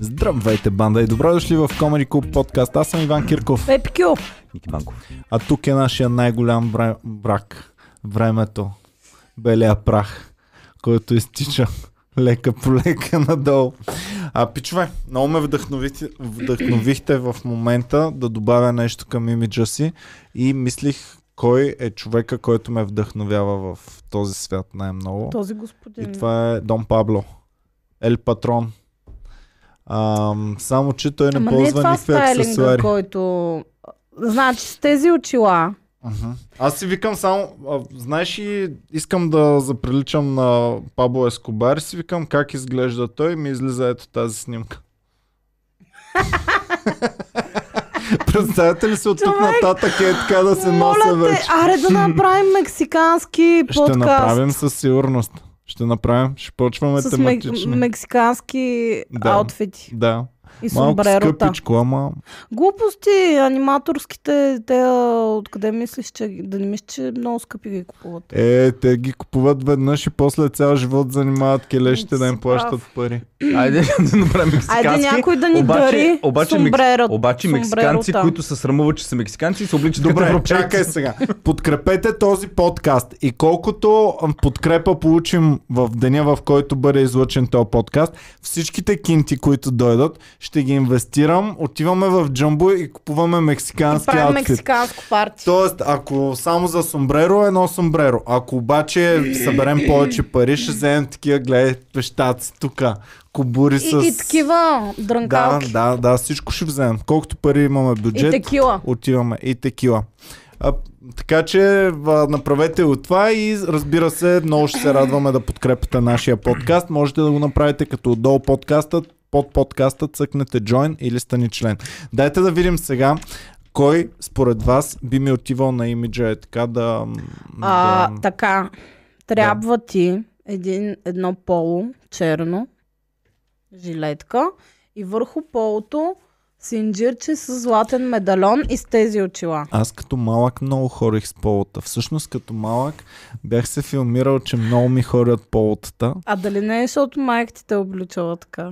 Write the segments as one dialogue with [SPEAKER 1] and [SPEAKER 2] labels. [SPEAKER 1] Здравейте, банда и добро дошли в Comedy Club подкаст. Аз съм Иван Кирков,
[SPEAKER 2] Епикю!
[SPEAKER 3] Ники Банков.
[SPEAKER 1] а тук е нашия най-голям вра... враг. Времето. Белия прах, който изтича лека по лека надолу. А, пичове, много ме вдъхновихте, вдъхновихте в момента да добавя нещо към имиджа си и мислих кой е човека, който ме вдъхновява в този свят най-много.
[SPEAKER 2] Този господин.
[SPEAKER 1] И това е Дон Пабло. Ел Патрон. Ам, само, че той не
[SPEAKER 2] Ама не е
[SPEAKER 1] ползва
[SPEAKER 2] това
[SPEAKER 1] никакви
[SPEAKER 2] стайлинга,
[SPEAKER 1] аксесуари.
[SPEAKER 2] който... Значи с тези очила.
[SPEAKER 1] Мгм. Аз си викам само, а, знаеш и искам да заприличам на Пабло Ескобар, си викам как изглежда той и ми излиза ето тази снимка. Представете ли се от тук
[SPEAKER 2] Човек,
[SPEAKER 1] нататък е така да се нося
[SPEAKER 2] Моля
[SPEAKER 1] вече?
[SPEAKER 2] те, аре да направим мексикански
[SPEAKER 1] Ще
[SPEAKER 2] подкаст.
[SPEAKER 1] направим със сигурност. Ще направим, ще почваме
[SPEAKER 2] с мек...
[SPEAKER 1] тематични.
[SPEAKER 2] мексикански
[SPEAKER 1] Да.
[SPEAKER 2] аутфити
[SPEAKER 1] Да.
[SPEAKER 2] и
[SPEAKER 1] Малко
[SPEAKER 2] сомбрерота.
[SPEAKER 1] скъпичко, ама
[SPEAKER 2] Глупости, аниматорските, те а, откъде мислиш, че ги- да не мислиш, че много скъпи ги купуват.
[SPEAKER 1] Е, те ги купуват веднъж и после цял живот занимават келещите
[SPEAKER 2] Ти
[SPEAKER 1] да им
[SPEAKER 2] си
[SPEAKER 1] плащат
[SPEAKER 2] прав.
[SPEAKER 1] пари.
[SPEAKER 3] Айде да направим мексикански.
[SPEAKER 2] Айде някой да ни дари
[SPEAKER 3] обаче, обаче, мекс-
[SPEAKER 2] сомбреро-
[SPEAKER 3] обаче мексиканци,
[SPEAKER 2] сомбрерота.
[SPEAKER 3] които се срамуват, че са мексиканци, се обличат като
[SPEAKER 1] Добре,
[SPEAKER 3] европейци.
[SPEAKER 1] чакай сега. Подкрепете този подкаст и колкото м, подкрепа получим в деня, в който бъде излъчен този подкаст, всичките кинти, които дойдат, ще ги инвестирам, отиваме в джамбо и купуваме
[SPEAKER 2] И
[SPEAKER 1] мексикански
[SPEAKER 2] правим
[SPEAKER 1] аутфит.
[SPEAKER 2] мексиканско парти.
[SPEAKER 1] Тоест, ако само за сомбреро, едно сомбреро. Ако обаче съберем повече пари, ще вземем такива, гледай, пещаци тук, кобури с...
[SPEAKER 2] И, и такива
[SPEAKER 1] Да,
[SPEAKER 2] дрънкалки.
[SPEAKER 1] да, да, всичко ще вземем. Колкото пари имаме
[SPEAKER 2] и
[SPEAKER 1] бюджет,
[SPEAKER 2] текила.
[SPEAKER 1] отиваме и текила. А, така че а, направете от това и разбира се, много ще се радваме да подкрепите нашия подкаст. Можете да го направите като отдолу подкастът, под подкаста цъкнете Join или стани член. Дайте да видим сега кой според вас би ми отивал на имиджа е така да... м,
[SPEAKER 2] А,
[SPEAKER 1] да...
[SPEAKER 2] така, трябва ти един, едно поло, черно, жилетка и върху полото синджирче с златен медальон и с тези очила.
[SPEAKER 1] Аз като малък много хорих с полота. Всъщност като малък бях се филмирал, че много ми хорят полотата.
[SPEAKER 2] А дали не е, защото майка ти те е обличала така?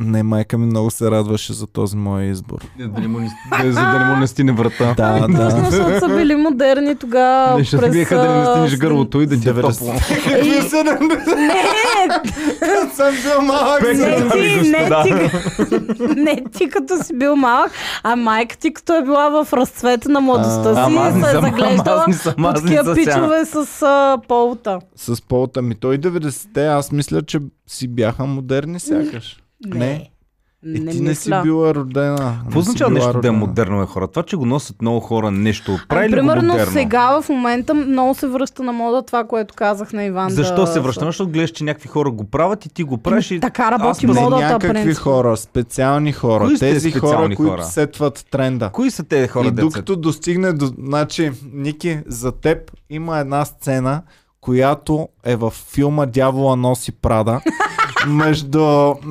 [SPEAKER 1] Не, майка ми много се радваше за този мой избор.
[SPEAKER 3] Да, да не му не, да, за да не му не стине врата.
[SPEAKER 1] Да,
[SPEAKER 2] Точно,
[SPEAKER 1] да.
[SPEAKER 2] защото са били модерни тогава.
[SPEAKER 3] Не, ще
[SPEAKER 2] през,
[SPEAKER 3] биеха да не
[SPEAKER 2] а,
[SPEAKER 3] стинеш гърлото и да ти е топло.
[SPEAKER 1] Какви са
[SPEAKER 2] Е,
[SPEAKER 1] Не! Съм бил малък.
[SPEAKER 2] Не
[SPEAKER 3] Дами и
[SPEAKER 2] ти, не
[SPEAKER 3] господа.
[SPEAKER 2] ти, не ти като си бил малък, а майка ти като е била в разцвета на младостта
[SPEAKER 1] А,
[SPEAKER 2] си
[SPEAKER 3] ама аз
[SPEAKER 2] и
[SPEAKER 3] не
[SPEAKER 2] се е
[SPEAKER 3] съм, ама аз
[SPEAKER 2] заглеждала
[SPEAKER 3] не съм,
[SPEAKER 2] по
[SPEAKER 3] аз не
[SPEAKER 2] такива
[SPEAKER 3] съм
[SPEAKER 2] пичове с а, полта.
[SPEAKER 1] С полта ми. Той 90-те, аз мисля, че си бяха модерни сякаш. Не.
[SPEAKER 2] Не,
[SPEAKER 3] Е,
[SPEAKER 1] И
[SPEAKER 2] не
[SPEAKER 1] ти не си
[SPEAKER 2] мисля.
[SPEAKER 1] била родена. Не си
[SPEAKER 3] Какво означава
[SPEAKER 1] била
[SPEAKER 3] нещо да е
[SPEAKER 1] родена.
[SPEAKER 3] модерно е хора? Това, че го носят много хора нещо, прави
[SPEAKER 2] Ами,
[SPEAKER 3] ли го
[SPEAKER 2] примерно
[SPEAKER 3] модерно?
[SPEAKER 2] сега в момента много се връща на мода това, което казах на Иван.
[SPEAKER 3] Защо
[SPEAKER 2] да- Ами,
[SPEAKER 3] се връща? Защото гледаш, че някакви хора го правят и ти го правиш и...
[SPEAKER 2] Така работи
[SPEAKER 3] Аз
[SPEAKER 1] Не
[SPEAKER 3] пък-
[SPEAKER 2] модата,
[SPEAKER 1] някакви
[SPEAKER 2] принцип.
[SPEAKER 1] хора, специални хора.
[SPEAKER 3] Кои сте
[SPEAKER 1] Тези хора,
[SPEAKER 3] специални
[SPEAKER 1] които
[SPEAKER 3] хора?
[SPEAKER 1] сетват тренда.
[SPEAKER 3] Кои са те хора,
[SPEAKER 1] и
[SPEAKER 3] деца?
[SPEAKER 1] докато достигне до... Значи, Ники, за теб има една сцена, която е във филма Дявола носи Прада. Между...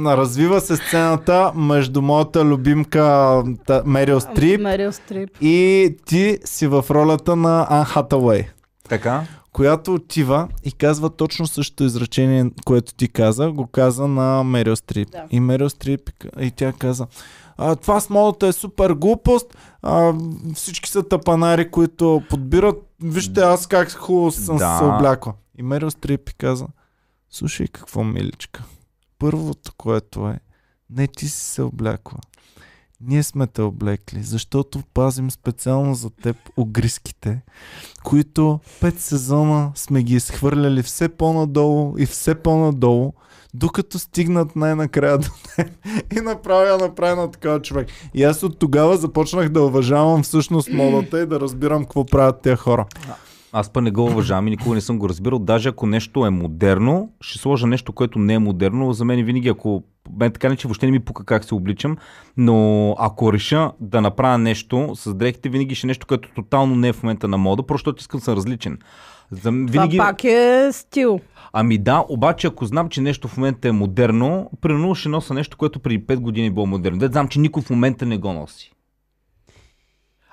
[SPEAKER 1] Развива се сцената между моята любимка та- Мерил Стрип
[SPEAKER 2] Мерил Стрип.
[SPEAKER 1] и ти си в ролята на Ан Хатауей
[SPEAKER 3] Така?
[SPEAKER 1] която отива и казва точно същото изречение, което ти каза, го каза на Мерил Стрип.
[SPEAKER 2] Да.
[SPEAKER 1] И Мерил Стрип и тя каза, а, това с модата е супер глупост, а, всички са тапанари, които подбират, вижте аз как хубаво съм
[SPEAKER 3] Да.
[SPEAKER 1] се облякла. И Мерил Стрип и каза, слушай какво миличка, първото което е, не ти си се облякла. Ние сме те облекли, защото пазим специално за теб огризките, които пет сезона сме ги изхвърляли все по-надолу и все по-надолу, докато стигнат най-накрая до теб. И направя направя на такава човек. И аз от тогава започнах да уважавам всъщност модата и да разбирам какво правят тези хора.
[SPEAKER 3] Аз па не го уважавам и никога не съм го разбирал. Даже ако нещо е модерно, ще сложа нещо, което не е модерно. За мен винаги, ако мен така не, че въобще не ми пука как се обличам, но ако реша да направя нещо с дрехите, винаги ще е нещо, което тотално не е в момента на мода, просто защото искам да съм различен. За, винаги...
[SPEAKER 2] Това пак е стил.
[SPEAKER 3] Ами да, обаче ако знам, че нещо в момента е модерно, примерно ще носа нещо, което преди 5 години е било модерно. Да знам, че никой в момента не го носи.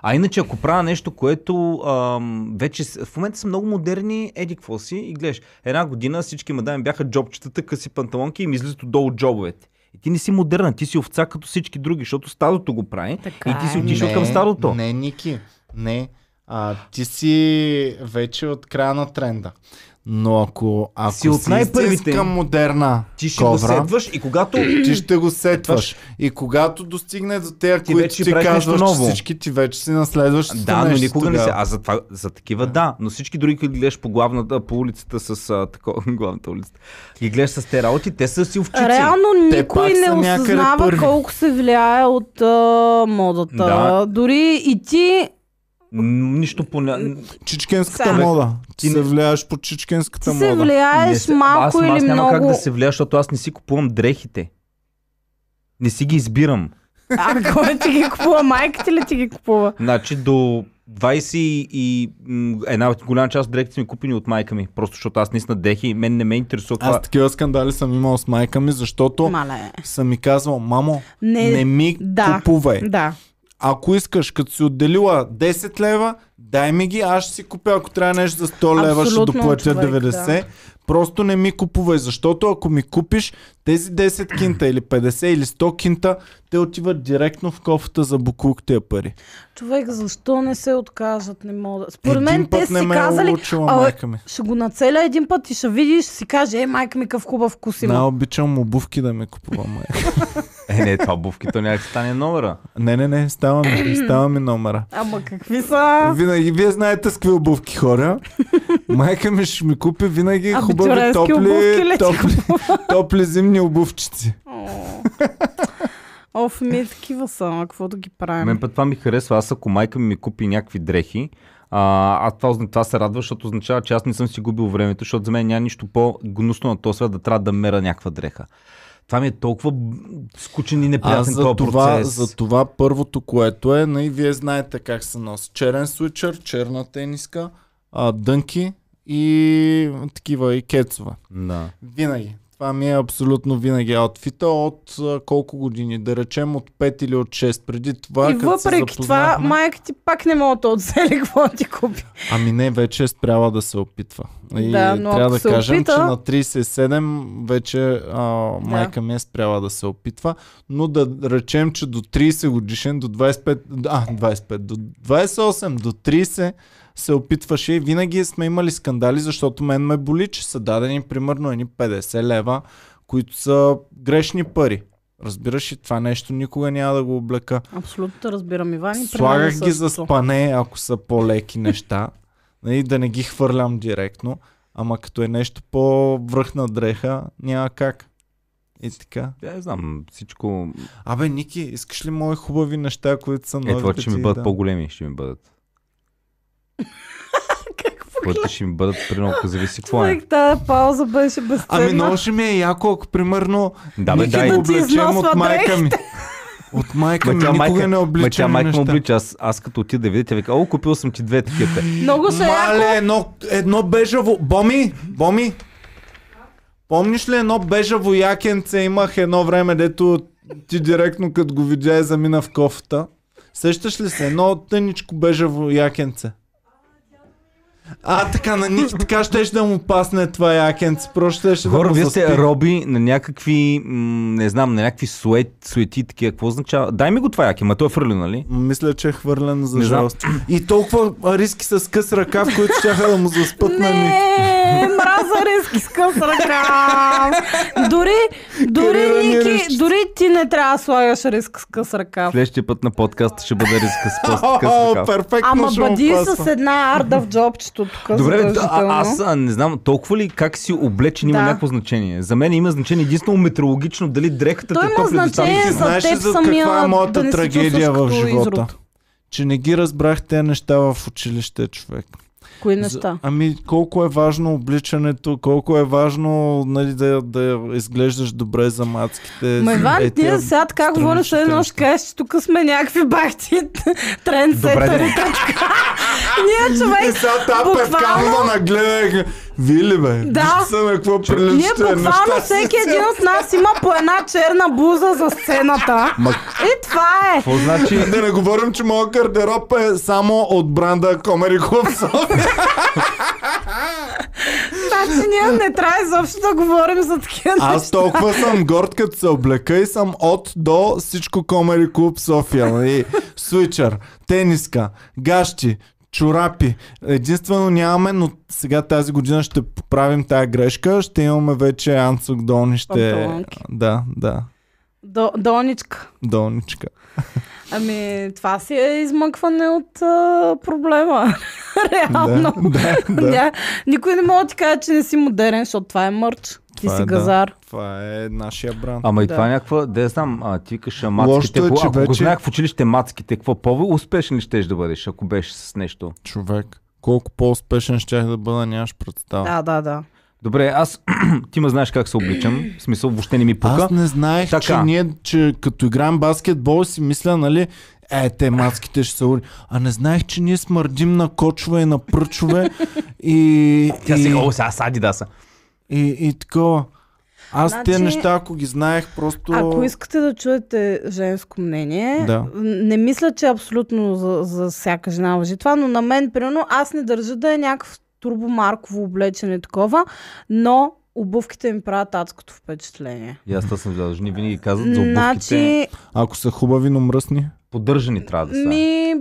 [SPEAKER 3] А иначе, ако правя нещо, което ам, вече с- в момента са много модерни, еди какво си и гледаш. Една година всички мадами бяха джобчетата, къси панталонки и ми излизат отдолу джобовете. И ти не си модерна, ти си овца като всички други, защото стадото го прави.
[SPEAKER 2] Така
[SPEAKER 3] и ти си
[SPEAKER 2] е,
[SPEAKER 3] отишъл
[SPEAKER 2] не.
[SPEAKER 3] към стадото.
[SPEAKER 1] Не, Ники, не. А, ти си вече от края на тренда. Но ако, ако
[SPEAKER 3] Си от най-първите.
[SPEAKER 1] истинска модерна
[SPEAKER 3] Ти ще
[SPEAKER 1] ковра,
[SPEAKER 3] го следваш и когато е
[SPEAKER 1] ти ще го сетваш. И когато достигне до тези,
[SPEAKER 3] Ти
[SPEAKER 1] които
[SPEAKER 3] вече
[SPEAKER 1] ти
[SPEAKER 3] правиш нещо
[SPEAKER 1] казваш,
[SPEAKER 3] ново.
[SPEAKER 1] че всички ти вече си на следващото
[SPEAKER 3] Да, но
[SPEAKER 1] нещо
[SPEAKER 3] никога не
[SPEAKER 1] тогава.
[SPEAKER 3] се. А за, това, за такива да, но всички други, които гледаш по главната, по улицата с а, тако, главната улица, ги гледаш с те работи, те са си овчици.
[SPEAKER 2] Реално
[SPEAKER 1] Те
[SPEAKER 2] никой
[SPEAKER 1] пак
[SPEAKER 2] не
[SPEAKER 1] са някъде
[SPEAKER 2] осъзнава
[SPEAKER 1] първи.
[SPEAKER 2] колко се влияе от а, модата.
[SPEAKER 3] Да.
[SPEAKER 2] Дори и ти
[SPEAKER 3] М, Нищо по... ня-
[SPEAKER 1] Чичкенската
[SPEAKER 2] Сам.
[SPEAKER 1] мода. Ти
[SPEAKER 3] Ти
[SPEAKER 1] се
[SPEAKER 3] не-
[SPEAKER 1] влияеш по чичкенската
[SPEAKER 2] ти се
[SPEAKER 1] мода.
[SPEAKER 3] не
[SPEAKER 2] влияеш
[SPEAKER 3] се-
[SPEAKER 2] малко
[SPEAKER 3] аз,
[SPEAKER 2] или
[SPEAKER 3] аз няма
[SPEAKER 2] много.
[SPEAKER 3] как да се влияя, защото аз не си купувам дрехите. Не си ги избирам.
[SPEAKER 2] А кой ти ги купува? Майка ти ли ти ги купува?
[SPEAKER 3] Значи до 20 и м, една голяма част от дрехите са ми купени от майка ми. Просто защото аз наистина дрехи и мен не ме интересува това.
[SPEAKER 1] Аз такива скандали съм имал с майка ми, защото
[SPEAKER 2] Мале.
[SPEAKER 1] съм ми казвал, мамо,
[SPEAKER 2] Не,
[SPEAKER 1] не, ми
[SPEAKER 2] да.
[SPEAKER 1] купувай.
[SPEAKER 2] Да.
[SPEAKER 1] Ако искаш, като си отделила 10 лева, дай ми ги, аз ще си купя, ако трябва нещо за 100 лева, ще
[SPEAKER 2] Абсолютно,
[SPEAKER 1] доплатя
[SPEAKER 2] човек,
[SPEAKER 1] 90. Просто не ми купувай, защото ако ми купиш тези 10 кинта или 50 или 100 кинта, те отиват директно в кофата за буклук тия пари.
[SPEAKER 2] Човек, защо не се откажат? Не мога. да- Според мен
[SPEAKER 1] Един път
[SPEAKER 2] те си
[SPEAKER 1] не ме
[SPEAKER 2] казали,
[SPEAKER 1] е улучила
[SPEAKER 2] «А,
[SPEAKER 1] майка ми.
[SPEAKER 2] ще го нацеля един път и ще видиш, ще си каже, е, майка ми какъв хубав вкус има.
[SPEAKER 1] Най-обичам обувки да ми купува майка.
[SPEAKER 3] Е, не, това обувките някак стане номера.
[SPEAKER 1] не, не, не, става ми, става ми номера.
[SPEAKER 2] Ама какви са?
[SPEAKER 1] Винаги, вие знаете с какви обувки хора. Майка ми ще ми купи винаги хубави
[SPEAKER 2] Абитуренски обувки ли
[SPEAKER 1] топли,
[SPEAKER 2] ти
[SPEAKER 1] топли, топли зимни обувчици.
[SPEAKER 2] О. Оф, ми е такива са, ама каквото ги правим.
[SPEAKER 3] Мен път това ми харесва. Аз ако майка ми ми купи някакви дрехи, а, аз това, озна- това се радва, защото означава, че аз не съм си губил времето, защото за мен няма нищо по-гнусно на този свят да трябва да мера някаква дреха. Това ми е толкова б- скучен и
[SPEAKER 1] Аз
[SPEAKER 3] неприятен
[SPEAKER 1] за
[SPEAKER 3] този
[SPEAKER 1] това,
[SPEAKER 3] процес.
[SPEAKER 1] за това първото, което е, най- вие знаете как се носи. Черен свичър, черна тениска, а, дънки и такива и кецове.
[SPEAKER 3] Да.
[SPEAKER 1] Винаги. Това ми е абсолютно винаги аутфита от а, колко години, да речем от 5 или от 6 преди това.
[SPEAKER 2] И
[SPEAKER 1] като се
[SPEAKER 2] въпреки това,
[SPEAKER 1] запознахме-
[SPEAKER 2] майка ти пак не мога да отзели какво ти купи.
[SPEAKER 1] Ами не, вече е спряла да се опитва. И
[SPEAKER 2] Да, но
[SPEAKER 1] трябва
[SPEAKER 2] ако
[SPEAKER 1] да
[SPEAKER 2] се
[SPEAKER 1] кажем,
[SPEAKER 2] опита-
[SPEAKER 1] че на 37 вече а, майка ми е спряла да се опитва, но да речем, че до 30 годишен, до 25, а, 25, до 28, до 30 се опитваше и винаги сме имали скандали, защото мен ме боли, че са дадени примерно едни 50 лева, които са грешни пари. Разбираш и това нещо никога няма да го облека.
[SPEAKER 2] Абсолютно те разбирам, Иван. и при мен
[SPEAKER 1] Слагах
[SPEAKER 2] е
[SPEAKER 1] ги за
[SPEAKER 2] същото.
[SPEAKER 1] спане, ако са по-леки неща. Нали, да не ги хвърлям директно. Ама като е нещо по-връхна дреха, няма как. И така.
[SPEAKER 3] Я не знам, всичко...
[SPEAKER 1] Абе, Ники, искаш ли мои хубави неща, които са нови?
[SPEAKER 3] Е, това, че ми бъдат по-големи, ще ми бъдат.
[SPEAKER 2] Какво
[SPEAKER 3] Твоите ще ми бъдат, примерно, ако зависи какво е.
[SPEAKER 2] Човек, тази пауза беше безценна.
[SPEAKER 1] Ами много ще ми е яко, ако примерно
[SPEAKER 3] Да, бе,
[SPEAKER 1] Ники
[SPEAKER 3] дай.
[SPEAKER 1] го
[SPEAKER 2] Да ти
[SPEAKER 1] облечем
[SPEAKER 2] износва
[SPEAKER 1] от майка ми. От майка
[SPEAKER 3] Ма
[SPEAKER 1] ми
[SPEAKER 3] тя
[SPEAKER 1] никога
[SPEAKER 3] майка-
[SPEAKER 1] не
[SPEAKER 3] Ма тя
[SPEAKER 1] обличам
[SPEAKER 3] майка ме
[SPEAKER 1] неща.
[SPEAKER 3] облича, аз, аз като отида да видя, тя вика, о, купил съм ти две такива.
[SPEAKER 2] Много ще е яко.
[SPEAKER 1] Мале, едно, едно бежаво... Боми! Боми! Помниш ли едно бежаво якенце имах едно време, дето ти директно като го видя е замина в кофта? Сещаш ли се? Едно тъничко бежаво якенце. А, така, на Ники така щеш да му пасне това якенце. Просто щеше да
[SPEAKER 3] Хора,
[SPEAKER 1] му
[SPEAKER 3] вие сте
[SPEAKER 1] заспи.
[SPEAKER 3] роби на някакви, м, не знам, на някакви сует, суети, такива. Какво означава? Дай ми го това, Яки, ма той е фърлен, нали?
[SPEAKER 1] Мисля, че е хвърлен за
[SPEAKER 3] Не знам.
[SPEAKER 1] жалост. И толкова а, риски с къс ръкав, които щяха да му заспът на Ники.
[SPEAKER 2] Не, мраза риски с къс ръкав. Дори, дори,
[SPEAKER 3] е
[SPEAKER 1] Карирани
[SPEAKER 2] Ники,
[SPEAKER 1] ръчици.
[SPEAKER 2] дори ти не трябва да слагаш риск с къс ръкав.
[SPEAKER 3] Следващия път на подкаста ще бъде риска с
[SPEAKER 1] О,
[SPEAKER 3] пост
[SPEAKER 1] перфектно
[SPEAKER 2] Ама
[SPEAKER 1] ще му
[SPEAKER 2] бъди
[SPEAKER 1] пасва.
[SPEAKER 2] с една арда в джобчето тук.
[SPEAKER 3] Добре, бе, а,
[SPEAKER 2] задължително.
[SPEAKER 3] аз а, не знам, толкова ли как си облечен има
[SPEAKER 2] Да.
[SPEAKER 3] някакво значение? За мен има значение единствено метеорологично, дали дрехата
[SPEAKER 2] Той
[SPEAKER 3] те
[SPEAKER 2] има
[SPEAKER 3] топли до там.
[SPEAKER 2] значение. Е, за
[SPEAKER 1] Знаеш ли
[SPEAKER 2] теб
[SPEAKER 1] за
[SPEAKER 2] самия
[SPEAKER 1] каква е моята
[SPEAKER 2] да не се
[SPEAKER 1] трагедия
[SPEAKER 2] чувстваш
[SPEAKER 1] в
[SPEAKER 2] като
[SPEAKER 1] живота?
[SPEAKER 2] изрод.
[SPEAKER 1] Че не ги разбрах тези неща в училище, човек.
[SPEAKER 2] Кои
[SPEAKER 1] За-
[SPEAKER 2] неща?
[SPEAKER 1] Ами колко е важно обличането, колко е важно нали, да, да изглеждаш добре за мацките.
[SPEAKER 2] Ма
[SPEAKER 1] за-
[SPEAKER 2] Иван,
[SPEAKER 1] е,
[SPEAKER 2] ти
[SPEAKER 1] тия-
[SPEAKER 2] сега така говориш,
[SPEAKER 1] страничните
[SPEAKER 2] все едно ще
[SPEAKER 1] неща.
[SPEAKER 2] кажеш, че тук сме някакви бахти,
[SPEAKER 3] Добре,
[SPEAKER 2] трендсетъри.
[SPEAKER 3] да. Е,
[SPEAKER 2] Ние
[SPEAKER 1] И
[SPEAKER 2] човек,
[SPEAKER 1] Е, сега тази
[SPEAKER 2] буквално-
[SPEAKER 1] певкална нагледа. и ка- Вие ли бе?
[SPEAKER 2] Да.
[SPEAKER 1] Вижте Само какво е
[SPEAKER 2] Ние
[SPEAKER 3] е
[SPEAKER 1] приличате
[SPEAKER 2] буквално
[SPEAKER 1] неща.
[SPEAKER 2] всеки един от нас има по една черна буза за сцената.
[SPEAKER 3] Ма,
[SPEAKER 2] И това е.
[SPEAKER 3] какво значи?
[SPEAKER 1] Да не говорим, че моят гардероб е само от бранда Комери Клуб София.
[SPEAKER 2] Значи ние не трябва изобщо да говорим за такива
[SPEAKER 1] Аз
[SPEAKER 2] неща.
[SPEAKER 1] толкова съм горд, като се облека и съм от до всичко Комери Клуб София. нали? Свичър, тениска, гащи, чорапи. Единствено нямаме, но сега тази година ще поправим тая грешка. Ще имаме вече Анцук Долни. Ще...
[SPEAKER 2] Панталонки.
[SPEAKER 1] Да, да.
[SPEAKER 2] До, долничка.
[SPEAKER 1] Долничка.
[SPEAKER 2] Ами, това си е измъкване от а, проблема. Реално.
[SPEAKER 1] Да, да, да.
[SPEAKER 2] Ня- Никой не може да ти каже, че не си модерен, защото това е мърч. Ти
[SPEAKER 1] Това
[SPEAKER 2] си
[SPEAKER 1] е, да.
[SPEAKER 2] газар.
[SPEAKER 1] Това е нашия бранд.
[SPEAKER 3] Ама и
[SPEAKER 2] Да.
[SPEAKER 3] това е някаква, да я знам, а, ти викаш а,
[SPEAKER 1] Лошото
[SPEAKER 3] мацките,
[SPEAKER 1] е,
[SPEAKER 3] е,
[SPEAKER 1] че
[SPEAKER 3] ако го
[SPEAKER 1] вече-
[SPEAKER 3] знаех в училище мацките, какво по успешен ли щеш да бъдеш, ако беше с нещо?
[SPEAKER 1] Човек, колко по-успешен щях да бъда, нямаш представа.
[SPEAKER 2] Да, да, да.
[SPEAKER 3] Добре, аз, ти ме знаеш как се обличам, в смисъл въобще не ми пука.
[SPEAKER 1] Аз не знаех, така. че
[SPEAKER 3] Така.
[SPEAKER 1] ние, че като играем баскетбол си мисля, нали, е, те мацките ще са ури. А не знаех, че ние смърдим на кочове и на пръчове и,
[SPEAKER 3] Тя
[SPEAKER 1] и,
[SPEAKER 3] сега, о, сега сади да са.
[SPEAKER 1] и, и такова. Аз значи, тези
[SPEAKER 2] Значи,
[SPEAKER 1] неща, ако ги знаех, просто...
[SPEAKER 2] Ако искате да чуете женско мнение,
[SPEAKER 1] Да.
[SPEAKER 2] не мисля, че е абсолютно за, за всяка жена въжи това, но на мен, примерно, аз не държа да е някакъв турбомарково облечене такова, но обувките ми правят адското впечатление.
[SPEAKER 3] И аз това съм видял, жени винаги казват за обувките,
[SPEAKER 2] Значи,
[SPEAKER 1] Ако са хубави, но мръсни.
[SPEAKER 3] поддържани трябва да са.
[SPEAKER 2] Ми,